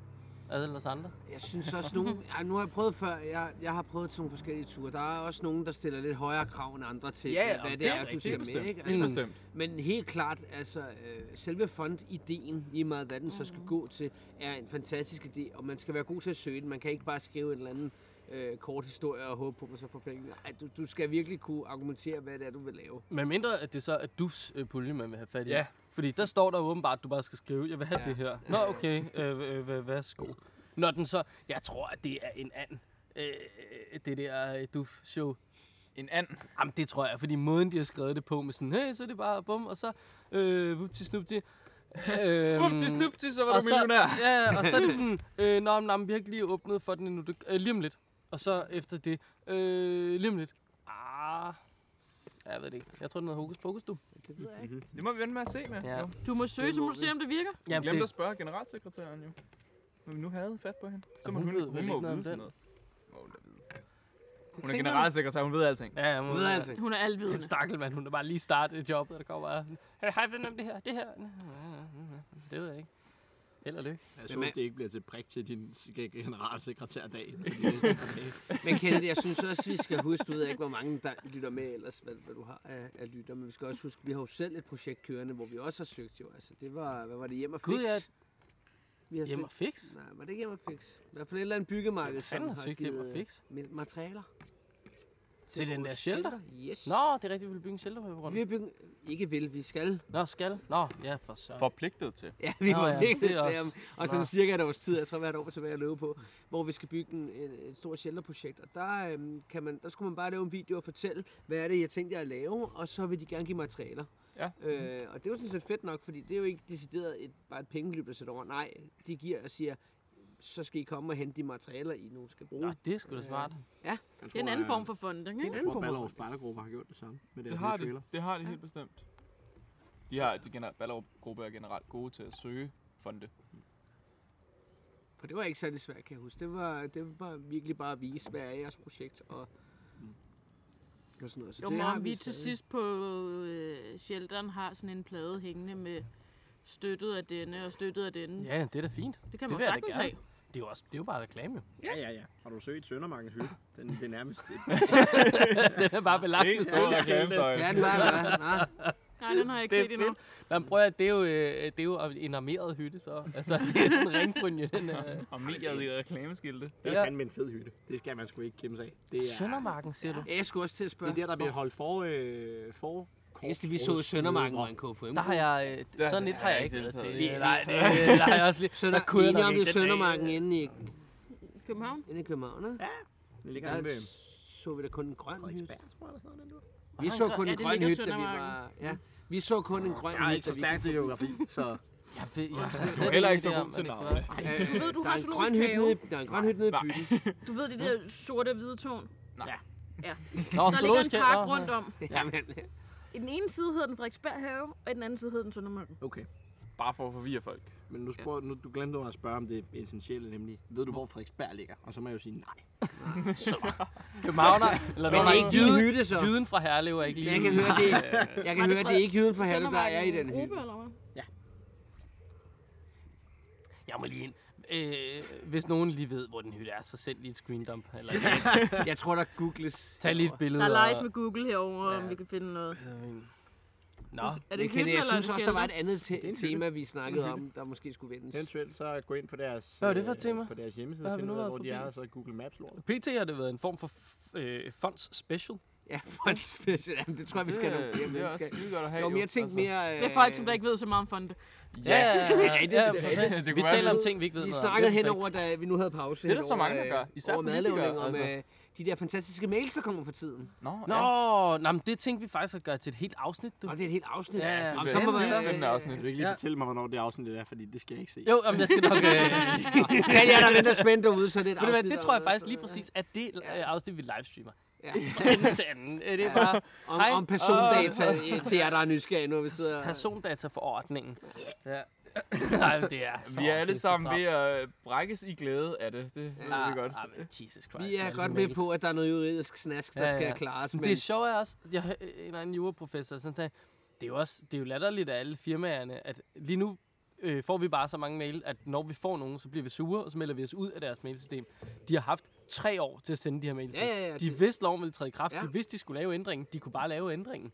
D: Alle os andre.
E: Jeg synes også nogle, ja, nu har jeg prøvet før, jeg, jeg har prøvet til nogle forskellige ture, der er også nogen, der stiller lidt højere krav end andre til,
D: Ja,
E: hvad
D: og
E: det,
D: det er
E: er, du
D: rigtigt,
E: skal med,
A: Bestemt.
E: ikke?
A: Altså,
E: Altså,
A: bestemt.
E: Men helt klart, altså øh, selve fondideen, lige meget hvad den så skal
D: Mhm.
E: gå til, er en fantastisk idé, og man skal være god til at søge den. Man kan ikke bare skrive en eller anden øh, kort historie og håbe på, at man så får penge. Ej, du, du skal virkelig kunne argumentere, hvad det er, du vil lave.
D: Men mindre, at det så er dus øh, pulje, man vil have fat i.
A: Ja.
D: Fordi der står der åbenbart, at du bare skal skrive, jeg vil have
E: Ja.
D: det her. Nå, okay, øh, øh, øh, værsgo. Når den så, jeg tror, at det er en anden, øh, øh, det der øh, duf-show.
A: En anden.
D: Jamen, det tror jeg, fordi måden, de har skrevet det på med sådan, hey, så er det bare bum, og så, øh,
A: *laughs*
D: vupti snupti. Øhm,
A: Upti snupti, så var du
D: og
A: millionær.
D: Så, ja, og så er det sådan, øh, nå, nå, men vi har ikke lige åbnet for den endnu, det, øh, lige om lidt. Og så efter det, øh, lige om lidt. Ah, ja, jeg ved det ikke. Jeg tror, det er noget hokus pokus, du.
E: Det ved jeg ikke.
A: Det må vi vente med at se med.
D: Ja.
A: Jo.
B: Du må søge, så må
D: må
B: du se,
D: vi.
B: om det virker.
A: Jeg glemte at
D: det,
A: spørge generalsekretæren jo. Når vi nu havde fat på hende, så
D: Og
A: må
D: hun
A: hun,
D: ved
A: hun,
D: vel
A: må
D: ikke noget om
A: vide sådan
D: den.
A: noget. Må Hun da vide. Hun er generalsekretær, hun ved alting.
D: ja, jeg
E: Du
D: må,
E: ved
D: altså.
E: altså ikke.
B: Hun er
D: Den
B: alvidende.
D: stakkel, mand, hun er bare lige startet i jobbet, og der kommer bare, hey, hej, hvem er det her? Det her? Det ved jeg ikke. Held og lykke.
H: Jeg
E: Hvem
H: så,
E: er-
H: at det ikke bliver til prik til din s- generalsekretærdag. til de næste par dage.
E: Men Kenneth, jeg synes også, vi skal huske, du ved ikke, hvor mange der lytter med ellers, hvad, hvad du har af, af lytter, men vi skal også huske, vi har jo selv et projekt kørende, hvor vi også har søgt jo. Altså, det var, hvad var det, Hjem og Fix?
D: Gud, ja.
E: Vi har
D: Hjem og fix.
E: søgt. Nej, var det ikke Hjem og Fix? I hvert fald et eller andet byggemarked,
D: Hvem
E: som
D: fanden
E: har
D: har søgt hjem og
E: givet øh,
D: fix?
E: ma- materialer.
D: Til den
E: vores
D: der shelter?
E: Yes.
D: Nå, det er rigtigt, vi vil bygge en shelter på
E: Vi
D: grunden.
E: vil bygge... Ikke vil, vi skal.
D: Nå, skal. Nå, ja, for søren.
A: Forpligtet til.
E: Ja, vi
D: Nå
E: må
D: ja,
E: ja, ikke
D: det er
E: til ham.
D: også-
E: Og sådan
D: Nå.
E: cirka et års tid, jeg tror, vi har et år tilbage at løbe på, hvor vi skal bygge en, en, en stor shelterprojekt. Og der, øhm, kan man, der skulle man bare lave en video og fortælle, hvad er det, jeg tænkte jer at lave, og så vil de gerne give materialer.
A: Ja.
E: Øh, og det er jo sådan set fedt nok, fordi det er jo ikke decideret et, bare et pengebeløb, der sætter over. Nej, de giver og siger, så skal I komme og hente de materialer, I nu skal bruge.
D: Nå, det er sgu da smart.
H: Jeg
B: Det er en
H: tror,
B: anden
H: jeg-
B: form for funding, ikke?
E: anden
H: Jeg tror,
E: form for-
H: Ballerup Spejdergruppe har gjort det samme med
A: Det
H: deres nye
A: har
H: trailer.
A: de. Det har de helt bestemt. De har, de generelt, Ballerup-gruppe er generelt gode til at søge fonde.
E: For det var ikke særlig svært, kan jeg huske. Det var, det var virkelig bare at vise, hvad er jeres projekt, og,
H: Mm.
E: og sådan noget. Så
B: Jo,
E: det
B: men vi til
E: stadig.
B: sidst på øh, shelteren har sådan en plade hængende med støttet af denne og støttet af denne.
D: Ja, det er da fint.
B: Det kan
D: det
B: man
D: vil
B: jo
D: jeg da
B: sagtens
D: gerne.
B: have.
D: Det er jo, også, det er jo bare reklame, jo.
H: Ja, ja, ja. Har du søgt Søndermarkens hylde? Den, det er nærmest et
D: *laughs* Den er bare belagt med
A: Helt store
D: solskilte.
A: reklamesøjle.
E: Ja, det var det.
B: Nej, den har jeg ikke
D: Det er
B: set endnu.
D: fedt. Men prøv at det er jo, øh, det er jo en armeret hytte, så. Altså, *laughs* det er sådan en ringbrynje, den øh. er.
A: Og medier i reklameskilte.
H: Det
D: Ja.
H: er fandme en fed hytte. Det skal man sgu ikke kæmpe sig af. Det er,
D: Søndermarken, siger du?
E: Ja, jeg skulle også til at
H: det
E: spørge.
H: er der, der bliver holdt for... Øh, for
E: Det eneste, vi så i Søndermarken, var en KFM.
D: Der har jeg, øh,
A: Ja,
D: sådan
A: det
D: lidt
A: har
D: har jeg
A: jeg
D: ikke
A: ikke
D: været til.
A: deltaget
D: Øh, Nej, det, øh, *laughs* der har jeg også lige.
E: Sønder,
D: Der kunne jeg
E: vi er enige
D: nok
E: om, det er Søndermarken inde i,
B: København.
E: inde i København, ikke?
H: Det ligger
E: Der
H: inde ved
E: så vi da kun en grøn hytte.
H: tror jeg, eller sådan noget. den dur.
E: Vi så kun
B: Ja,
E: en
B: det
E: grøn
B: ligger
E: hytte, da vi
B: Søndermarken.
E: var... Ja, vi så kun en grøn
H: Jeg er ikke
E: hytte,
H: så
E: da vi
H: stærk til geografi, så...
D: Jeg, ved, jeg har
A: Du er
D: slet
A: heller ikke
D: ikke
A: så
D: idé om,
A: god
D: at
A: til
D: det
A: navn.
D: var.
E: Ej, øh,
B: du
E: der
B: har
E: er en
B: zoologisk
E: grøn hytte
B: have.
E: nede, i- der er en grøn hytte nede i byen.
B: Du ved det der sorte og hvide tårn?
D: Nå,
B: Der ligger
D: zoologisk
B: en park
D: have. Nå,
B: rundt om.
E: Jamen,
B: I den ene side hedder den Frederiksberg Have, og i den anden side hedder den Søndermarken.
H: Okay.
A: Bare for at forvirre folk.
H: Men nu, spurgte, nu du glemte at spørge om det essentielle, nemlig, ved du, hvor Frederiksberg ligger? Og så må jeg jo sige nej.
D: Københavner, eller når
E: Men
D: der
E: det
D: er
E: er
D: ikke
E: ikke din
D: jyden,
E: hytte, så.
D: jyden fra Herlev er ikke lige.
E: Jeg kan høre, det, jeg kan
B: Var det
E: høre,
B: fra-
E: det er ikke jyden for Herlev, der er i
B: Søndermarken
E: den
B: gruppe,
E: hytte.
B: eller hvad?
D: Jeg må lige ind. Øh, hvis nogen lige ved, hvor den hytte er, så send lige et screendump. Eller *laughs*
E: Jeg tror, der googles.
D: tag lige et billede.
B: Der er lejes
D: og-
B: med Google herovre,
D: Ja.
B: om vi kan finde noget.
D: Nå,
B: Er det
E: Men Kenneth,
B: hyggeligt, eller
E: jeg
B: er
E: synes
B: det
E: også, der var et
B: sjældent?
E: andet
H: Det er en
E: te-
H: hytte.
E: tema, vi snakkede om, der måske skulle vendes.
H: Eventuelt så gå ind på deres, øh,
D: Hvad var det for et tema?
H: på deres hjemmeside,
D: Hvad har vi nu
H: finde ud af,
D: været
H: hvor de
D: forbi?
H: er, og så Google Maps lort.
D: PT har det været en form for f- øh, fonds special.
E: Ja, for en special. Jamen, det tror jeg, vi skal have nogle flere
A: det er også
E: mennesker.
A: skide godt at have.
E: Nå, men
A: jo.
E: jeg tænkte
A: Altså,
E: mere...
B: Det er folk, som der ikke ved så meget om fonde.
D: Ja, ja,
E: det er
D: ja,
A: rigtigt. Det
D: vi
A: kunne være
D: taler om
E: lidt-
D: ting, vi ikke ved
E: Vi
D: noget om.
E: snakkede
D: Det er
E: henover, da vi nu havde pause.
A: Det er der så
E: henover,
A: mange, der
E: øh,
A: gør. Især
E: over
A: politikere,
E: madlavning, om
A: altså.
E: øh, de der fantastiske mails, der kommer for tiden.
A: Nå,
D: Nå,
A: ja.
D: nej, men det tænkte vi faktisk at gøre til et helt afsnit. Du.
E: Og det er et helt afsnit.
D: Ja, ja,
E: Om,
A: Det
D: så
A: er
D: må
A: et
D: man-
A: skide spændende afsnit.
H: Kan du ikke lige
D: Ja.
H: fortælle mig, hvornår det afsnit er, fordi det skal jeg ikke se.
D: Jo, jamen, jeg skal nok... Øh,
E: Ja, ja, der venter spændt derude, så det er et
D: ved du hvad,
E: afsnit.
D: det tror jeg
E: om,
D: faktisk
E: altså,
D: lige præcis, at det øh, afsnit, vi livestreamer.
E: Ja.
D: Fra ende til anden. Øh, Det er bare
E: Om,
D: Hej.
E: om persondata øh, til jer, der er nysgerrige, når vi sidder...
D: persondataforordningen. Ja. *laughs* Nej, men det er så,
A: Vi er alle
D: det så
A: sammen
D: stramt.
A: ved at øh, brækkes i glæde af det. Det ved vi
D: Ah,
A: godt.
D: ah, men
A: *laughs*
D: Jesus Christ.
E: Vi er
D: alle
E: godt
D: de
E: med
D: mails.
E: på, at der er noget juridisk snask, der
D: Ja, ja.
E: skal klares.
D: Men
E: Men
D: det sjove er også, jeg hør- en eller anden juraprofessor, sådan sagde, det er jo også, det er jo latterligt af alle firmaerne, at lige nu øh, får vi bare så mange mail, at når vi får nogen, så bliver vi sure, og så melder vi os ud af deres mailsystem. De har haft tre år til at sende de her mails. til
E: Ja,
D: os.
E: ja, ja,
D: de
E: det-
D: vidste, loven ville træde i kraft.
E: Ja.
D: De vidste, de skulle lave ændringen. De kunne bare lave ændringen.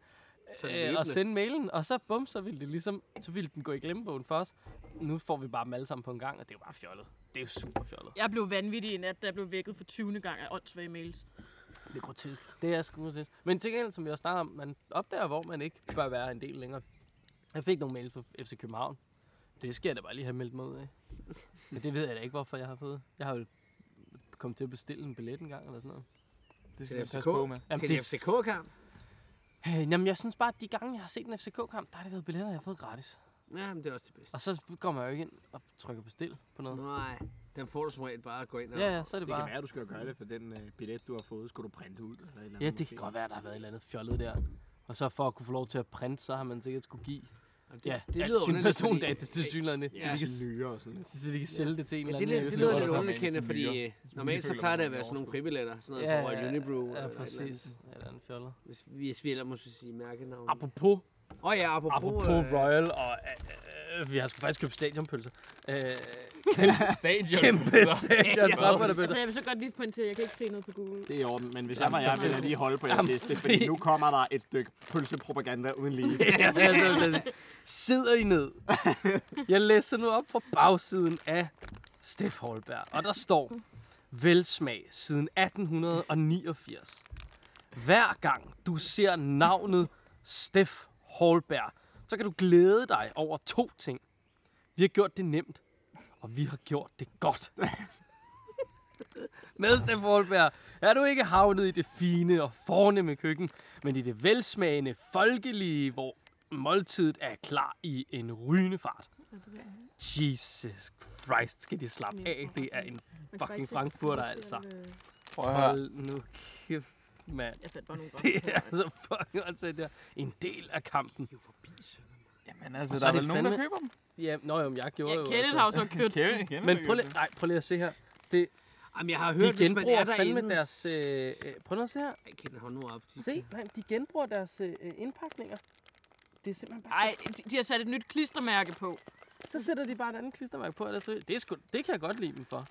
E: Sådan
D: Øh, og
E: løbende.
D: sende mailen, og så bum, så ville, det ligesom, så ville den gå i glemmebogen for os. Nu får vi bare dem alle sammen på en gang, og det er jo bare fjollet. Det er jo super fjollet.
B: Jeg blev vanvittig i nat, da jeg blev vækket for 20. gang af åndssvage mails.
D: Det er grotesk. Det er sgu grotesk. Men til gengæld, som vi også snakker om, man opdager, hvor man ikke bør være en del længere. Jeg fik nogle mails fra FC København. Det skal jeg da bare lige have meldt mig ud af. Men det ved jeg da ikke, hvorfor jeg har fået. Jeg har jo kommet til at bestille en billet en gang eller sådan noget.
A: Det
E: Til
A: skal vi
E: FCK?
A: passe på med.
E: Til en FCK-kamp?
D: Øh, jamen, jeg synes bare, at de gange, jeg har set en FCK-kamp, der har det været billetter, jeg har fået gratis.
E: Ja, men det er også det bedste.
D: Og så kommer jeg jo ikke ind og trykker bestil på noget.
E: Nej, den får du som regel bare at gå ind og...
D: Ja, ja, så er det,
H: Det kan
D: bare...
H: være, at du skal gøre det, for den øh, billet, du har fået, skulle du printe ud. Eller et eller
D: ja,
H: andet
D: det kan godt være, at der har været et eller andet fjollet der. Og så for at kunne få lov til at printe, så har man sikkert skulle give
E: Jamen, det,
D: ja,
E: det
D: ja,
E: lyder
D: sin
E: underligt, fordi-
D: persondata til synligheden.
E: Ja,
H: Ja, sådan nyere og sådan noget.
D: Så de kan sælge det til en
E: Ja,
D: eller
E: det,
D: anden. øh,
E: lyder- det, lyder lidt
A: der kommer
E: underligt,
A: en, som
E: Kenneth, fordi
A: lyder.
E: øh, normalt så
A: føler,
E: plejer
A: man
E: det at
A: har
E: være sådan nogle
A: overskud.
E: fribilletter, sådan noget for ja, Unibrew. eller
D: Ja,
E: et eller andet.
D: præcis. Ja, der er en fjoller.
E: Hvis vi, hvis vi ellers må sige mærkenavn.
D: Apropos,
E: Åh oh, ja, apropos...
D: apropos
E: øh,
D: Royal, og øh, øh, vi har sgu faktisk købt stadionpølser.
E: *laughs*
D: Øh,
A: Stadion.
D: kæmpe stadion
B: Altså,
D: frapotterpølser.
B: jeg vil så godt lige pointere, jeg kan ikke se noget på Google.
H: Det er i orden, men hvis jeg var jer, ville jeg lige holde på jeres
D: Jamen,
H: heste, fordi
D: fordi-
H: nu kommer der et stykke pølsepropaganda uden lige.
D: *laughs* Ja, men altså, altså, Sidder I ned? Jeg læser nu op fra bagsiden af Steff Holberg, og der står, Velsmag siden 1889. Hver gang du ser navnet Steff Holberg, så kan du glæde dig over to ting. Vi har gjort det nemt, og vi har gjort det godt. Med Steff Holberg er du ikke havnet i det fine og fornemme køkken, men i det velsmagende, folkelige, hvor måltidet er klar i en rygende fart.
B: Altså,
D: Jesus Christ, skal de slappe af. Det er en fucking Frankfurter, altså.
B: øh,
A: Prøv at høre.
D: Hold nu kæft, mand.
B: Jeg fandt bare nogle godt.
D: Det er altså fucking åndssvagt, der. En del af kampen.
A: Jamen altså,
D: Og så
A: der
D: er
A: er
D: det
A: vel nogen, der
D: fandme-
A: køber dem?
D: Ja, nå jo, men jeg gjorde
B: Ja,
D: jo altså-
B: Kenneth har jo så købt.
A: Kæmpe, kæmpe
D: Men prøv lige, nej, prøv lige at se her. Det,
E: Jamen, jeg har hørt,
D: de
E: hvis man er
D: genbruger fandme
E: derinde...
D: deres... Øh, øh, prøv lige at se her.
E: Ej, Kenneth, hold nu op. De-
D: Se, nej, de genbruger deres øh, øh, indpakninger. Det er simpelthen bare
B: Ej, de, de har sat et nyt klistermærke på.
D: så, så sætter de bare et andet klistermærke på. Eller så, det, er sgu, det kan jeg godt lide dem for.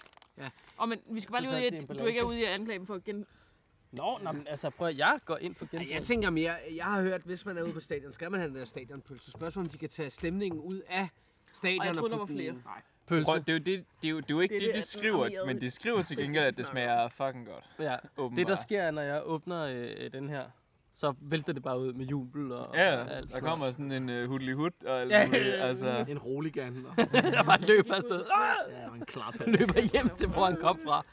B: Og men, vi skal bare
D: Så
B: lige ud i,
D: fandt de en
B: at du
D: balance.
B: ikke er ude i at anklage dem for at gen,
D: Nå, nå men, altså prøv at jeg går ind for
E: Ej, Jeg
D: genbrug.
E: tænker mere, jeg har hørt, hvis man er ude på stadion, skal man have den der stadionpølse. Spørgsmålet om de kan tage stemningen ud af stadion
B: Og jeg troede, der var
E: putte den-
B: flere.
E: Nej,
D: Pølse.
A: Prøv, det, er jo det, det, er jo, det er jo ikke
B: Det
A: det,
B: er
A: det, de
B: det, at den
A: skriver,
B: varierede
A: men de skriver til gengæld, at det smager fucking godt.
D: Ja. Det, der
A: åbenbart.
D: sker, når jeg åbner øh, den her, så vælter det bare ud med jubel og
A: Ja,
D: og alt
A: der
D: sådan noget.
A: kommer sådan en uh, hudlig hud og alt
D: Ja.
A: ja. muligt. Altså,
H: En rolig
D: *laughs*
H: gerne.
D: Jeg bare løber afsted. Ah!
H: Ja, og en klap.
D: *laughs* Løber hjem til, hvor han kom fra.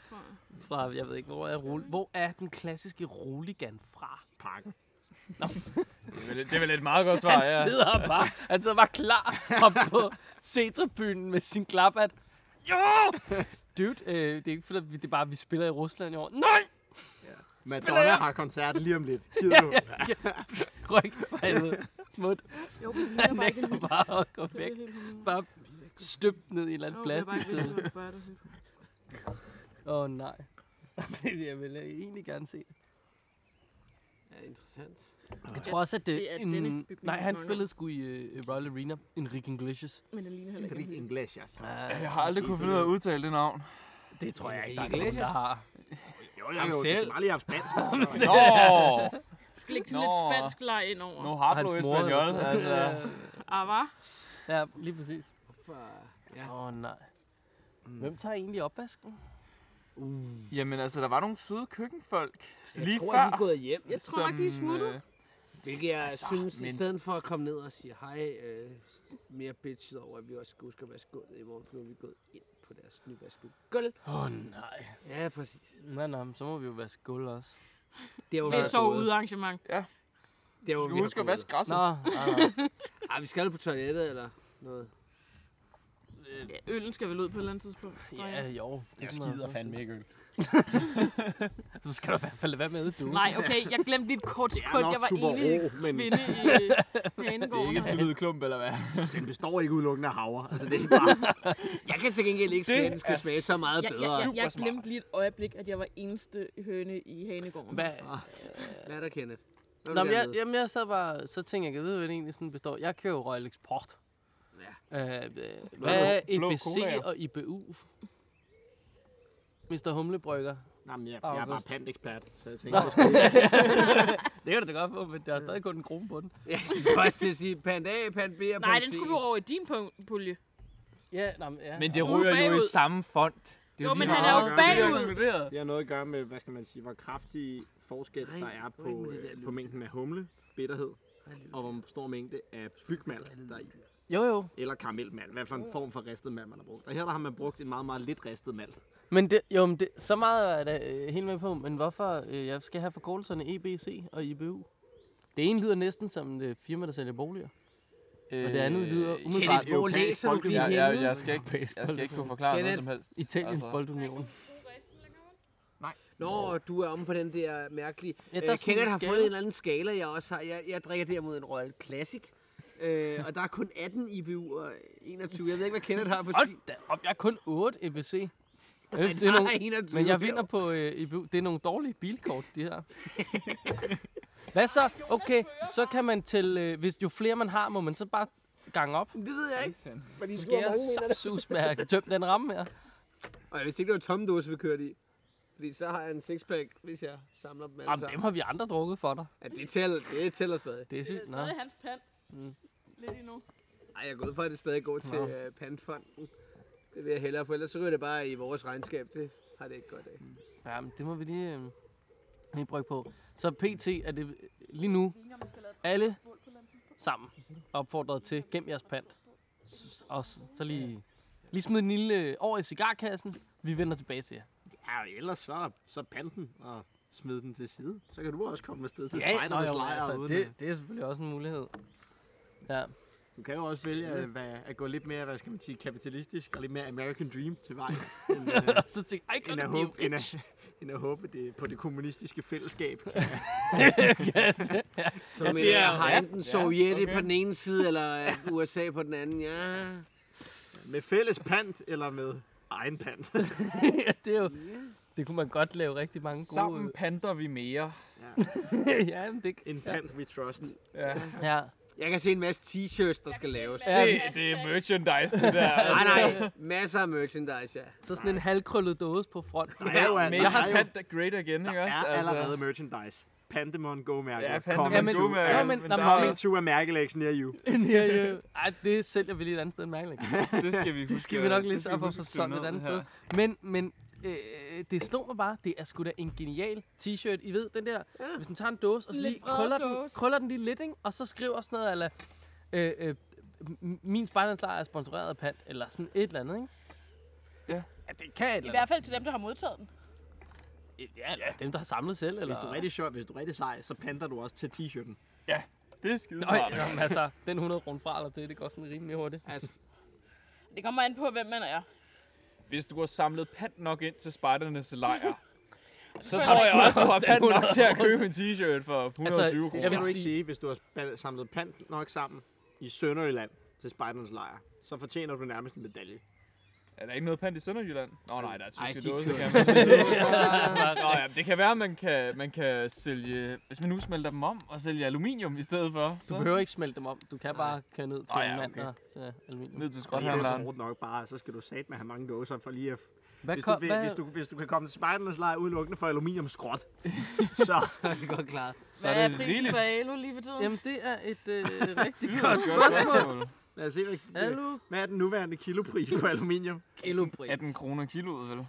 D: Fra, jeg ved ikke, hvor er, Rol- hvor er den klassiske roligan fra?
H: Pakken.
A: det, er vel, det er vel et meget godt svar,
D: Han
A: ja.
D: sidder her bare, han sidder bare klar op på C-tribunen med sin klaphat. Jo! Dude, øh, det er ikke fordi, vi- det er bare, at vi spiller i Rusland i år. Nej!
H: Madonna har koncert lige om lidt. Gider du?
D: Ryk for helvede. Smut.
B: Jo, men det er
D: Han
B: bare ikke
D: nægter bare at gå *laughs* væk. Bare støbt ned i en eller anden plastikside. Åh oh, nej. *laughs* jeg vil egentlig gerne se.
E: ja, interessant.
D: Jeg tror også, at det,
B: Det er
D: en,
B: denne bygning,
D: nej,
B: vi
D: han
B: snakker
D: spillede
B: om.
D: sgu i øh, Royal Arena. Enrique Iglesias.
B: Men det ligner heller ikke.
H: Enrique
B: en hund.
H: Iglesias.
D: Altså.
E: Øh,
A: Jeg har aldrig kunne finde ud af at udtale det
D: *laughs*
A: navn.
D: Det tror jeg ikke, der er nogen,
E: Iglesias?
D: der har.
H: Jo, jo, jo. Det
A: selv.
H: skal bare lige have spansk.
A: Nå,
B: Du skal lægge sådan lidt
A: Nå.
B: spansk leg ind over.
A: nu har du
D: Hans mor eller
A: espanol,
D: sådan noget.
A: altså.
B: Ah, hva?
D: Ja, lige præcis.
E: For, ja.
D: Åh oh, nej. Hvem tager egentlig opvasken?
A: Jamen altså, der var nogle søde køkkenfolk lige
E: Jeg tror,
A: før.
E: at de er gået hjem.
B: Jeg tror ikke, de er smuttet.
A: øh,
E: Hvilket jeg altså, synes,
A: men-
E: i stedet for at komme ned og sige hej, øh, mere bitchet over, at vi også skal huske at vaske gulvet i morgen, for nu er vi gået ind på deres nyvaskede gulv.
D: Åh oh, nej.
E: Ja, præcis.
D: Nej, nej, men så må vi jo vaske gulv også.
E: Det er jo,
B: Det er så ude arrangement.
E: Det er jo,
A: Du skal huske at vaske græsset.
D: Nå, nej, nej.
E: Ej, vi skal jo på toilettet eller noget.
B: Ja, øllen skal vel ud på et eller andet tidspunkt.
D: Ja, jo. det
G: Jeg
D: kan man
G: skider
D: godt.
G: fandme ikke øl.
D: Så skal du i hvert fald lade være med at du.
B: Nej, okay, jeg glemte lige et kort sekund. Jeg var enig
H: men
B: kvinde i øh, Hanegården.
A: Ikke til lyd klump, eller hvad?
H: den består ikke udelukkende af havre.
D: *laughs*
H: Altså, det er bare...
E: Jeg kan til gengæld ikke smage, at den skal smage så meget
B: Jeg,
E: bedre.
B: jeg, jeg, jeg
A: Supersmart.
B: glemte lige et øjeblik, at jeg var eneste høne i Hanegården.
D: Hvad?
E: Hvad er der, Kenneth? Hvad
D: Nå, men
E: vil du
D: jeg,
E: gerne vide?
D: jamen, jeg sad bare, så tænkte jeg, jeg ved, hvad det egentlig sådan består. Jeg kører jo Royal Export. Ja. Øh, øh, hvad er
A: blå
D: EBC
A: colaer.
D: og IBU? Mr. Humlebrygger.
H: Nej, men jeg, jeg er bare
D: August.
H: pandekspert, så jeg tænker,
D: Det kan du da godt få, men der er stadig kun en krone på den.
E: Ja, *laughs* jeg skal også til at sige pand A, pand B og pand
B: Nej, den
E: C.
B: skulle vi over i din pul- pulje.
D: Ja, nå, men, ja.
A: Men det
B: Nu er
A: ryger jo i
B: bagud.
A: samme font. Det
B: Jo,
A: lige
B: men
A: meget
B: han er jo
A: at gøre.
B: bagud.
A: Det
H: det har noget at gøre med, hvad skal man sige, hvor kraftig forskel
E: Nej,
H: der er
E: gå ikke
H: på,
E: med det der
H: øh,
E: lyd.
H: på mængden af humle, bitterhed, og hvor stor mængde af bygmalt, der er i.
D: Jo, jo.
H: Eller karamelmalt, hvad for en form for ristet malt, man har brugt. Og her der har man brugt en meget, meget lidt ristet malt.
D: Men det, jo, men det, så meget er jeg da øh, helt med på, men hvorfor øh, jeg skal have forkortelserne EBC og IBU? Det ene lyder næsten som øh, et firma, der sælger boliger.
A: Øh,
D: Og det andet lyder umiddelbart
E: Kenneth, hvor læser du det
A: Jeg,
E: henne?
A: jeg, jeg, skal ikke, jeg skal ikke kunne forklare noget
E: Kenneth,
A: som helst.
D: Italiens
A: Altså,
E: Øh,
D: boldunion.
E: Nå, du er omme på den der mærkelige...
D: Ja,
E: Ja,
D: der er
E: der øh,
D: sådan en
E: Kenneth har
D: skala.
E: fundet en eller anden skala, jeg også har. Jeg, jeg drikker derimod en Royal Classic. Øh, og der er kun 18 IBU og 21. Jeg ved ikke, hvad Kenneth har på sin.
D: Hold da op, jeg er kun 8 EBC. Øh, det er
E: Nej,
D: nogle,
E: 21.
D: men jeg vinder på øh, IBU. Det er nogle dårlige bilkort, de her. *laughs* Hvad så? Okay, så kan man til... Øh, hvis jo flere man har, må man så bare gange op.
E: Det ved jeg ikke. Fordi
D: Så
E: du
D: skal
E: har
D: jeg
E: mange meter.
D: sus med at tømme den ramme her.
E: Og hvis ikke det var tomme dåse, vi kørte i. Fordi så har jeg en sixpack, hvis jeg samler dem alle
D: Jamen, dem
E: sammen.
D: har vi andre drukket for dig.
E: Ja, det tæller, det tæller stadig.
D: Det er
B: Det
D: sygt.
B: er
D: Nå.
B: stadig hans pand. Lidt endnu.
E: Ej, jeg er gået for, at det stadig går til øh, pandfonden. Det vil jeg hellere, for ellers så ryger det bare i vores regnskab. Det har det ikke godt af.
D: Ja, men det må vi lige, øh, lige brygge på. Så PT er det øh, lige nu alle sammen opfordret til, gem jeres pant. S- Og s- så lige, lige smid en lille øh, over i cigarkassen. Vi vender tilbage til jer.
H: Ja, og ellers så, så panden og smid den til side. Så kan du også komme afsted til
D: nå,
H: spejdernes
D: jo,
H: lejr.
D: altså,
H: uden
D: det,
H: at-
D: det er selvfølgelig også en mulighed. Ja,
H: Du kan jo også vælge at, være- at gå lidt mere, hvad skal man sige, kapitalistisk og lidt mere American Dream til vej.
E: *laughs*
H: end, øh,
D: og så tænkte jeg,
H: end
D: kan
H: at
D: du blive *laughs*
H: håbe, end at, *laughs* end at håbe det, på det kommunistiske fællesskab.
E: Så
D: Ja,
E: ja,
D: Altså, det
E: mener,
D: er-
E: jeg har
D: ja,
E: enten Sovjet
A: okay.
E: på den ene side, eller øh, USA på den anden. Ja,
H: Med fælles pant eller med
D: *laughs*
H: egen pant.
D: ja, det er jo, det kunne man godt lave rigtig mange gode...
A: Sammen panter vi mere.
D: øh, *laughs* ja, men det,
H: en pant we trust.
A: Ja.
D: ja.
E: Jeg kan se en masse t-shirts, der skal laves.
D: Ja,
A: Det, det er merchandise, det
D: *laughs*
A: der.
E: Nej,
A: altså.
E: nej. Masser af merchandise, ja.
D: så sådan en halvkrøllet dåse på front.
H: Der er jo,
A: Men
H: der
A: jeg har
H: er jo-
A: sat dig great igen, ikke
H: der
A: også? Altså,
H: er
D: altså.
H: allerede merchandise. Pandemon Go-mærket.
A: Ja,
H: Coming
A: Pandemon
D: Pandemon men-
H: to-
A: Go-mærket,
D: Nå, men der
A: der-
D: må-
H: Coming to a Mærkelex near you.
D: *laughs* ja, ja. Ej, det sælger vi lige et andet sted, mærkeligt.
A: det skal vi huske.
D: Det skal vi nok lige
A: Øh, det skal
D: sørge for at
A: huske
D: få
A: at skrive
D: sådan et
A: ned
D: andet
A: her.
D: sted. Men, men øh, det slog mig bare, det er sgu da en genial t-shirt. I ved, den der, ja. hvis man tager en dåse, og så
B: Lidt
D: lige
B: bred
D: krøller den,
B: dåse.
D: krøller den lige lidt, ikke? og så skriver sådan noget, eller øh, øh, m- min spejlandslejr er sponsoreret af pant, eller sådan et eller andet, ikke?
A: Ja.
D: ja det kan et
B: I
D: eller
B: hvert
D: andet.
B: fald til dem, der har modtaget den.
D: Ja, eller dem, der har samlet selv, eller...
H: Hvis du er rigtig sjov, hvis du er rigtig sej, så panter du også til t-shirten.
A: Det er skide
D: Øj,
A: smart.
D: jamen, altså, den 100 kroner fra eller til, det går sådan rimelig hurtigt. Altså,
B: Det kommer an på, hvem man er.
A: Hvis du har samlet pant nok ind til spejdernes
B: *laughs*
A: lejr, så
B: Har
A: tror
B: du
A: jeg også, du har
D: også
A: pant
D: den
A: nok til at købe en t-shirt for 120
D: Altså, det
A: kroner.
H: Det
D: Jeg
H: skal
D: vil
H: du ikke
D: sige-
H: sige, hvis du har spa- samlet pant nok sammen i Sønderjylland til Spejderens lejr. Så fortjener du nærmest en medalje.
A: Er der ikke noget pant i Sønderjylland? Nå nej, der er
E: Ej,
A: tyske
E: de
A: dåser.
E: kører-
A: kan man
D: *laughs*
A: sige. Nå ja, det kan være, at man kan, man kan sælge, hvis man nu smelter dem om, og sælge aluminium i stedet for.
D: du
A: Så
D: behøver ikke smelte dem om. Du kan bare køre ned til
A: Nå,
D: oh,
A: ja,
D: ja, mand,
A: okay.
D: der til aluminium.
A: ned til
H: Og det er jo så
A: skrothandleren.
H: hårdt nok bare, så skal du sat med at have mange dåser for lige at...
D: Hvad,
H: Hvis
D: kom-
H: du, vil,
D: hvad-
H: hvis,
D: *laughs*
H: du, hvis du kan komme til Spejderens lejr udelukkende for aluminiumskrot, så
E: Det er godt klaret.
A: Så
B: Hvad
A: er
B: er
A: det
B: prisen
A: rigeligt.
B: på Alo lige for tiden?
D: Jamen, det er et
A: *laughs*
D: øh, rigtig
A: Det er et
D: godt
A: godt
D: spørgsmål.
A: spørgsmål.
H: lad os se, hvad,
D: Alu
H: hvad er den nuværende kilopris på aluminium?
D: kilopris.
A: 18 kroner kiloet, vel?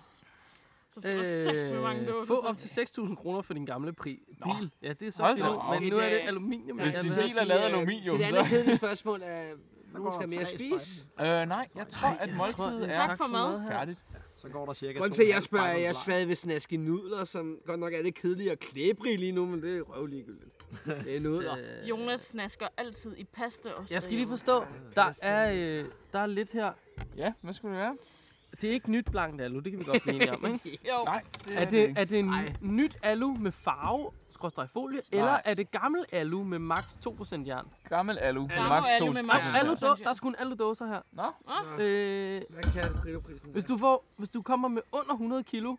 B: Så skal der sæt med mange dåser.
D: øh, få op til 6.000 kroner for din gamle pri- bil. Ja, det er så
A: Hold
D: fint,
A: da
D: ud,
A: op.
D: men nu er det
E: Ja.
D: aluminium.
A: Hvis
D: jeg
A: din
D: vil
A: bil er
D: sige,
A: lavet af
D: øh,
A: aluminium,
E: Til det
A: så...
E: andet kedelige spørgsmål
D: *laughs*
E: er, nu
H: går
E: skal
H: der
E: mere
H: tre
E: spise.
A: Øh, nej, jeg tror,
D: Ej,
A: at
D: jeg tror,
A: måltidet
D: det
A: er
B: Tak for mad.
A: færdigt.
H: Så går der cirka
E: Grunden til, at jeg spørger, er, at jeg stadig vil snaske nudler, som godt nok er lidt kedelige og klæbrige lige nu, men det er røv ligegyldigt. Det er nudler.
D: øh,
B: Jonas snasker altid i pasta også.
D: Jeg skal lige
B: derhjemme.
D: forstå, der er, øh, der er lidt her.
A: Ja, hvad skulle det være?
D: Det er ikke nyt blankt alu, det kan vi godt blive enige om, ikke?
B: *laughs* Jo,
A: Nej, det
D: Er det,
A: ikke.
D: er det en nyt alu med farve, skråstrej folie, eller er det gammel alu med maks 2% jern?
A: Gammel alu.
B: Gammel
A: Max
B: alu
A: 2
B: med
D: Ej,
B: max
A: skrothandler.
D: alu,
B: jern.
D: der er sgu en alu-dåser her.
A: Nå,
D: Øh,
E: Hvad kan Alfredo-prisen
D: Hvis du, får, hvis du kommer med under 100 kilo,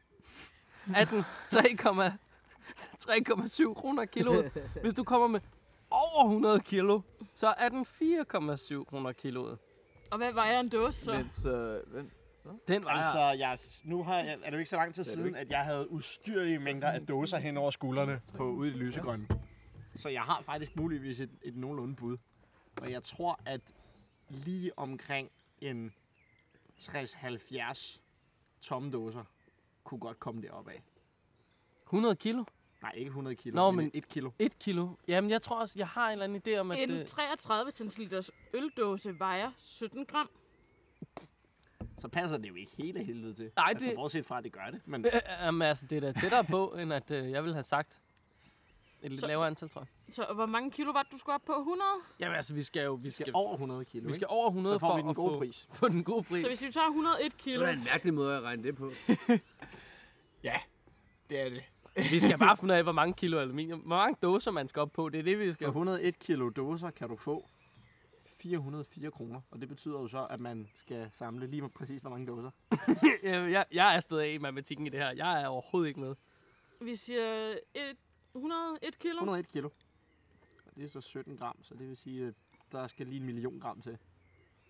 D: er den 3,7 kroner kiloet. Hvis du kommer med over 100 kilo, så er den 4,7 kroner kiloet.
B: og hvad vejer en dåse så?
A: mens... Øh, vent.
D: Den vejer...
H: Altså, jeg, nu har jeg, er det jo ikke så lang tid siden, at jeg havde ustyrlige mængder af dåser hen over skuldrene på ude i det lysegrønne. Så jeg har faktisk muligvis et, et nogenlunde bud. Og jeg tror, at lige omkring en 60-70 tomme dåser kunne godt komme deroppe af.
D: 100 kilo?
H: Nej, ikke 100 kilo,
D: Nå,
H: Nå, men,
D: men-
H: 1 kilo.
D: 1 kilo? Jamen, jeg tror også, jeg har en eller anden idé om, at...
B: En
D: Øh,
B: 33 cl øldåse vejer 17 gram.
H: Så passer det jo ikke helt af helvede til.
D: Nej,
H: Altså,
D: det-
H: bortset fra, at det gør det. Men
D: øh, jamen, altså, det er da tættere på, end at øh, jeg ville have sagt et lidt
B: Så-
D: lavere antal, tror jeg.
B: Så hvor mange kilo var det, du skulle op på? 100?
D: Jamen, altså, vi skal jo... Vi
H: det
D: skal,
H: er over 100 kilo,
D: vi skal
H: ikke?
D: over 100
H: Så får
D: for
H: vi den
D: at
H: gode
D: få,
H: pris.
D: få den gode pris.
B: Så hvis vi tager 101
E: Det
B: kilo,
E: var da en mærkelig måde at regne
D: *laughs*
E: det på.
H: Det er det.
D: Vi skal bare finde ud af, hvor mange kilo aluminium, hvor mange dåser man skal op på. Det er det, vi skal
H: For 101 kilo dåser kan du få 404 kroner, og det betyder jo så, at man skal samle lige præcis hvor mange dåser.
D: Jamen, Øh, jeg, jeg er stadig af i matematikken i det her. Jeg er overhovedet ikke med.
B: vi siger et, 101 kilo.
H: 101 kilo. Og det er så 17 gram, så det vil sige, at der skal lige en million gram til.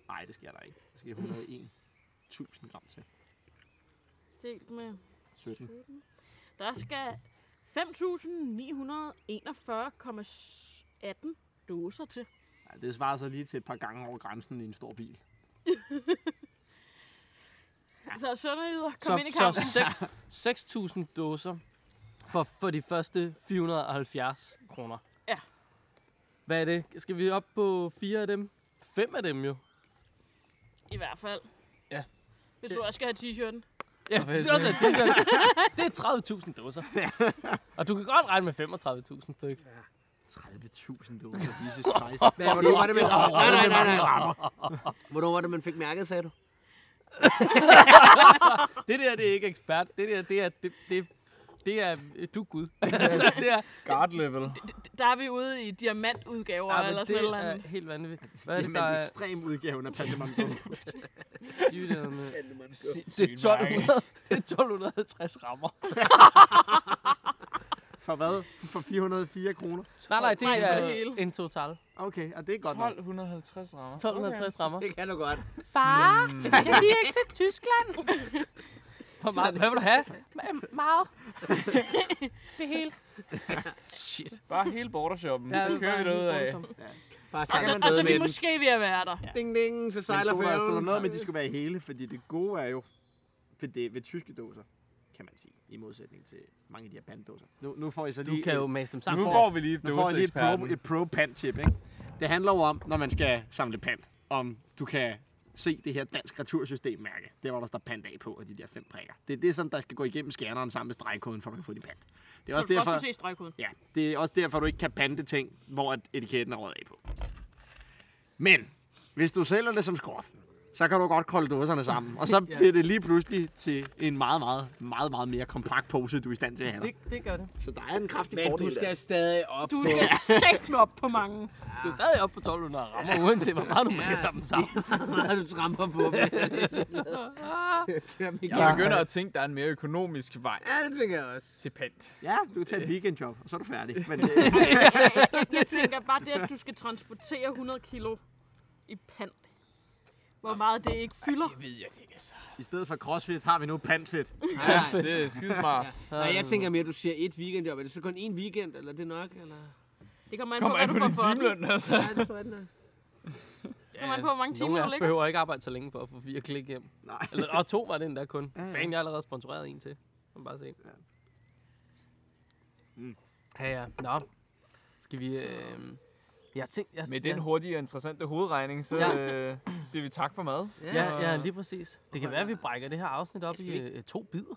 H: Nej, det sker der ikke. Der skal 101.000 gram til.
B: Delt med
H: 17.
B: Der skal 5.941,18 doser til.
H: Ja, det svarer så lige til et par gange over grænsen i en stor bil.
B: Så sønderjyder, kom ind i
D: Så,
B: kampen.
D: så 6, 6.000 dåser for, for de første 470 kroner.
B: Ja.
D: Hvad er det? Skal vi op på fire af dem? Fem af dem jo.
B: I hvert fald.
A: Ja.
B: Hvis du også skal have t-shirten.
D: Ja,
A: hvad
D: det er også et t-shirt. *laughs* Det er 30.000 dåser. Og du kan godt regne med 35.000 styk.
H: 30.000 dåser, *laughs* Jesus Christ.
E: Men hvornår var det, man... Nej, nej, nej, nej. Hvornår var det, man fik mærket, sagde du?
D: Det der, det er ikke ekspert. Det der, det er... Det, det, det er du er
B: *laughs*
D: gud. altså, det er,
A: Guard level.
B: Der er vi ude i diamantudgaver
D: ja,
B: eller
D: men
B: sådan et
D: det
B: eller
D: er
B: andet.
D: helt vanvittigt. Hvad er
H: Det
D: det,
H: er
D: der
H: med
D: er
H: ekstrem udgaven af Pandemon Go.
D: divideret med?
A: Sindssygt
D: *laughs* Det er
A: mange.
D: 1200, det er 1250 rammer.
H: For hvad? For 404 kroner?
D: Nej, nej, det
B: Nej, for
D: er
B: det hele.
D: en total.
H: Okay, og det er godt nok.
A: 1250 rammer.
D: 1250 rammer.
E: Det kan du godt.
I: Far, kan vi ikke til
B: *laughs*
I: Tyskland?
D: Hvor meget, hvad vil du have?
I: M-
B: *laughs*
I: Meget. Det hele.
D: Shit.
A: Bare hele bordershoppen,
D: Ja,
A: så
D: det
A: kører
D: var
A: vi derud
D: helt
A: af.
D: voldsomt.
E: Bare
B: Så,
E: sejle
B: så,
E: afsted
B: så vi
E: med den.
B: måske ved at være der.
E: Ding, ding, så
H: Men
E: sejler
H: stod der, stod der
E: færgen.
H: noget med, at de skulle være hele, fordi det gode er jo ved, det, ved tyske dåser, kan man sige, i modsætning til mange af de her panddåser. Nu, nu får I så
D: Du
H: lige
D: kan
H: et-
D: jo mase dem
A: Nu
D: sammen.
A: får vi lige
H: Nu får jeg lige et pro,
A: doseeksperten.
H: et pro pant tip ikke? Det handler jo om, når man skal samle pant, om du kan se det her dansk retursystemmærke. Det er, hvor der står pant af på, og de der fem prikker. Det er det, som der skal gå igennem scanneren sammen med stregkoden, for at du kan få din pant. Det er,
B: Så
H: også
B: du godt
H: derfor,
B: kunne se stregkoden.
H: ja, det er også derfor, du ikke kan pante ting, hvor at etiketten er røget af på. Men hvis du sælger det som skråt, så kan du godt kolde dåserne sammen. *laughs* Og så bliver det lige pludselig til en meget, meget, meget, meget mere kompakt pose, du er i stand til at have.
D: Det, det gør det.
H: Så der er en kraftig
E: Men
H: fordel
E: du
H: der.
E: skal stadig op
B: Du
E: på...
B: skal sætte mig op på mange.
D: Du er stadig oppe på 1200 rammer, uanset hvor meget du maser dem *laughs* sammen.
E: meget du tramper *laughs* på. dem. Jamen,
A: Jeg begynder at tænke, der er en mere økonomisk vej
E: Ja, det tænker jeg også.
A: til pant.
H: Ja, du kan tage et weekendjob, og så er du færdig. *laughs* Men,
B: *laughs* Jeg tænker bare det, at du skal transportere 100 kilo i pant. Hvor meget det ikke fylder.
H: I stedet for crossfit har vi nu pantfit.
A: Ja, det er skidesmart.
E: Nej, jeg tænker mere, at du siger et weekendjob. Er det så kun én weekend, eller er det nok? Eller?
B: Det kommer an på,
A: Kom
B: hvad
A: an
B: du
A: på
B: får
A: din
B: for den.
A: timeløn, altså.
E: Ja, det tror jeg, den er.
B: Kommer an på, hvor mange timer
D: Nogle af
B: du
D: os
B: ligger.
D: behøver ikke arbejde så længe for at få fire klik hjem.
H: Nej.
D: Eller, og to var den der kun. Fan, jeg har allerede sponsoreret en til. Må man bare se. Ja. Ja, ja. Nå. Skal vi... Øh... Jeg tænkte... Jeg,
A: Med den
D: jeg,
A: hurtige og interessante hovedregning, så
D: Ja.
A: øh, siger vi tak for mad.
D: ja, ja, lige præcis. Det kan være, at vi brækker det her afsnit op i øh, to bidder.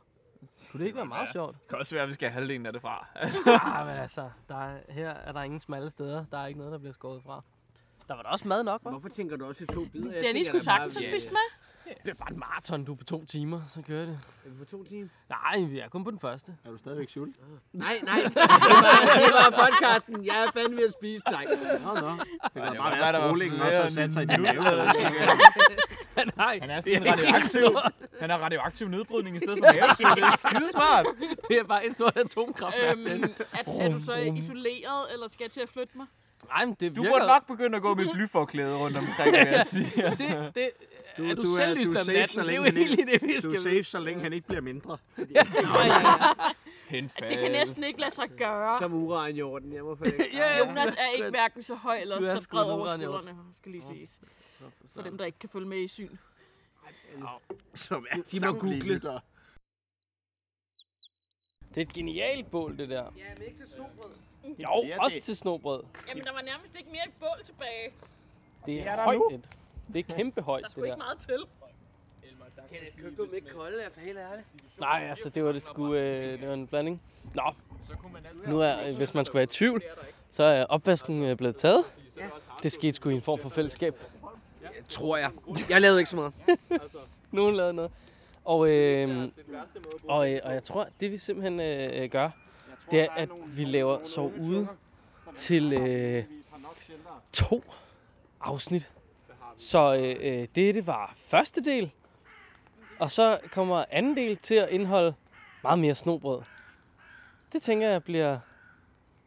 D: Kunne det ikke være meget
A: Ja.
D: sjovt?
A: Det kan også være, at vi skal have halvdelen af det fra. Altså,
D: Ah, men altså, der er, her er der ingen smalle steder. Der er ikke noget, der bliver skåret fra. Der var da også mad nok, hva'?
E: Hvorfor tænker du også i to bidder? Jeg
B: Dennis
E: tænker,
B: skulle
E: der er
B: sagtens
E: bare-
B: have spist med.
D: Det er bare en maraton, du er på to timer, så kører det.
E: Er vi på to timer?
D: Nej, vi er kun på den første.
H: Er du stadigvæk sulten?
E: Nej, nej. Det var, det var podcasten. Jeg er fandme ved at spise. Tak.
H: Nå, nå. Det kan
A: det
H: bare
A: var-
H: være,
A: der
H: at
A: var
H: strålingen
A: flere
H: også har sat sig i din
A: end-
H: mave. eller hvad?
D: *laughs* Nej,
A: Han er *laughs* sådan en radioaktiv, han har radioaktiv nedbrydning i stedet for mave, så det er skidesmart.
D: det er bare en stor atomkraftværk.
B: Øhm, er, er du så isoleret, eller skal jeg til at flytte mig?
D: Nej, men det
A: Du
D: virker...
A: burde nok begynde at gå med blyforklæde rundt omkring, vil jeg sige.
D: *laughs* Det, det, du, er du,
H: du er-
D: selv
H: du
D: lyst
H: er
D: om
H: safe,
D: natten?
H: så
D: Det er jo
H: længe vi
D: egentlig det, vi
H: Du
D: skal
H: er safe, så længe han ikke bliver mindre.
A: Henfald.
B: Det kan næsten ikke lade sig gøre.
E: Som uran i orden. Jeg må forlænge.
D: Ja, ja,
B: Jonas er ikke hverken så høj
D: Du er
B: eller så
D: sgu et
B: bred over
D: uran i orden.
B: skuldrene, skal lige siges. For dem, der ikke kan følge med i syn.
H: Som er
E: De må google.
D: *laughs* Det er et genialt bål, det der.
E: Ja, men ikke til snobrød.
D: Jo, også til snobrød.
B: Jamen, der var nærmest ikke mere et bål tilbage.
D: Det er, højt. et. Det er kæmpe højt,
B: Der
D: det
B: skulle ikke
D: der.
B: meget til.
E: Købte du dem ikke kolde, altså helt ærligt?
D: Nej, altså, det var det sgu, øh, det var en blanding. Nå, nu er, øh, hvis man skulle være i tvivl, så er opvasken øh, blevet taget. Det skete sgu i en form for fællesskab.
E: Tror jeg. Jeg lavede ikke så meget.
D: *laughs* Nogen lavede noget. Og, øh, og, øh, og jeg tror, at det vi simpelthen øh, gør, det er, at vi laver så ude til øh, to afsnit. Så øh, øh, dette var første del, og så kommer anden del til at indeholde meget mere snobrød. Det tænker jeg bliver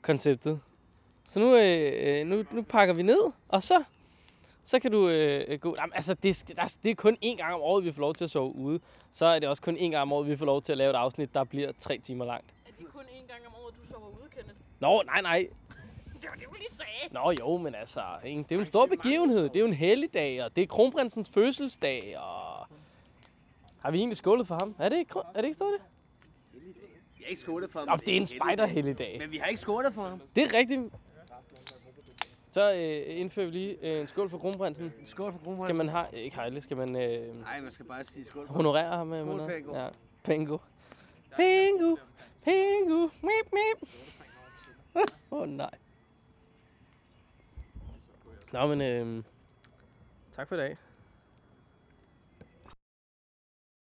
D: konceptet. Så nu, øh, øh, nu, nu pakker vi ned, og så så kan du øh, øh, gå... Jamen, altså, det, skal- der, det er kun én gang om året, vi får lov til at sove ude. Så er det også kun én gang om året, vi får lov til at lave et afsnit, der bliver tre timer langt.
B: Er det kun én gang om året, du sover ude, Kenneth?
D: Nå, nej, nej.
B: Det var det, du lige sagde.
D: Nå jo, men altså, ikke? det er jo en stor begivenhed. Det er jo en helligdag, og det er kronprinsens fødselsdag, og... Har vi egentlig skålet for ham? Er det ikke, kron- er det ikke stået det?
E: Jeg har ikke skålet for ham.
D: Nå, det er en spejderhelligdag.
E: Men vi har ikke skålet for ham.
D: Det er rigtigt. Så øh, indfører vi lige øh, en skål for kronprinsen.
E: Skål for kronprins.
D: Skal man have... Ikke hejle, skal man... Øh,
E: Nej, man skal bare sige skål for
D: honorere ham med, med
E: Skål,
D: noget.
E: Pingu.
D: Ja. Pingu. Pingu. Pingu. Mip, mip. *laughs* Åh, oh, nej. Nå, men øhm, tak for i dag.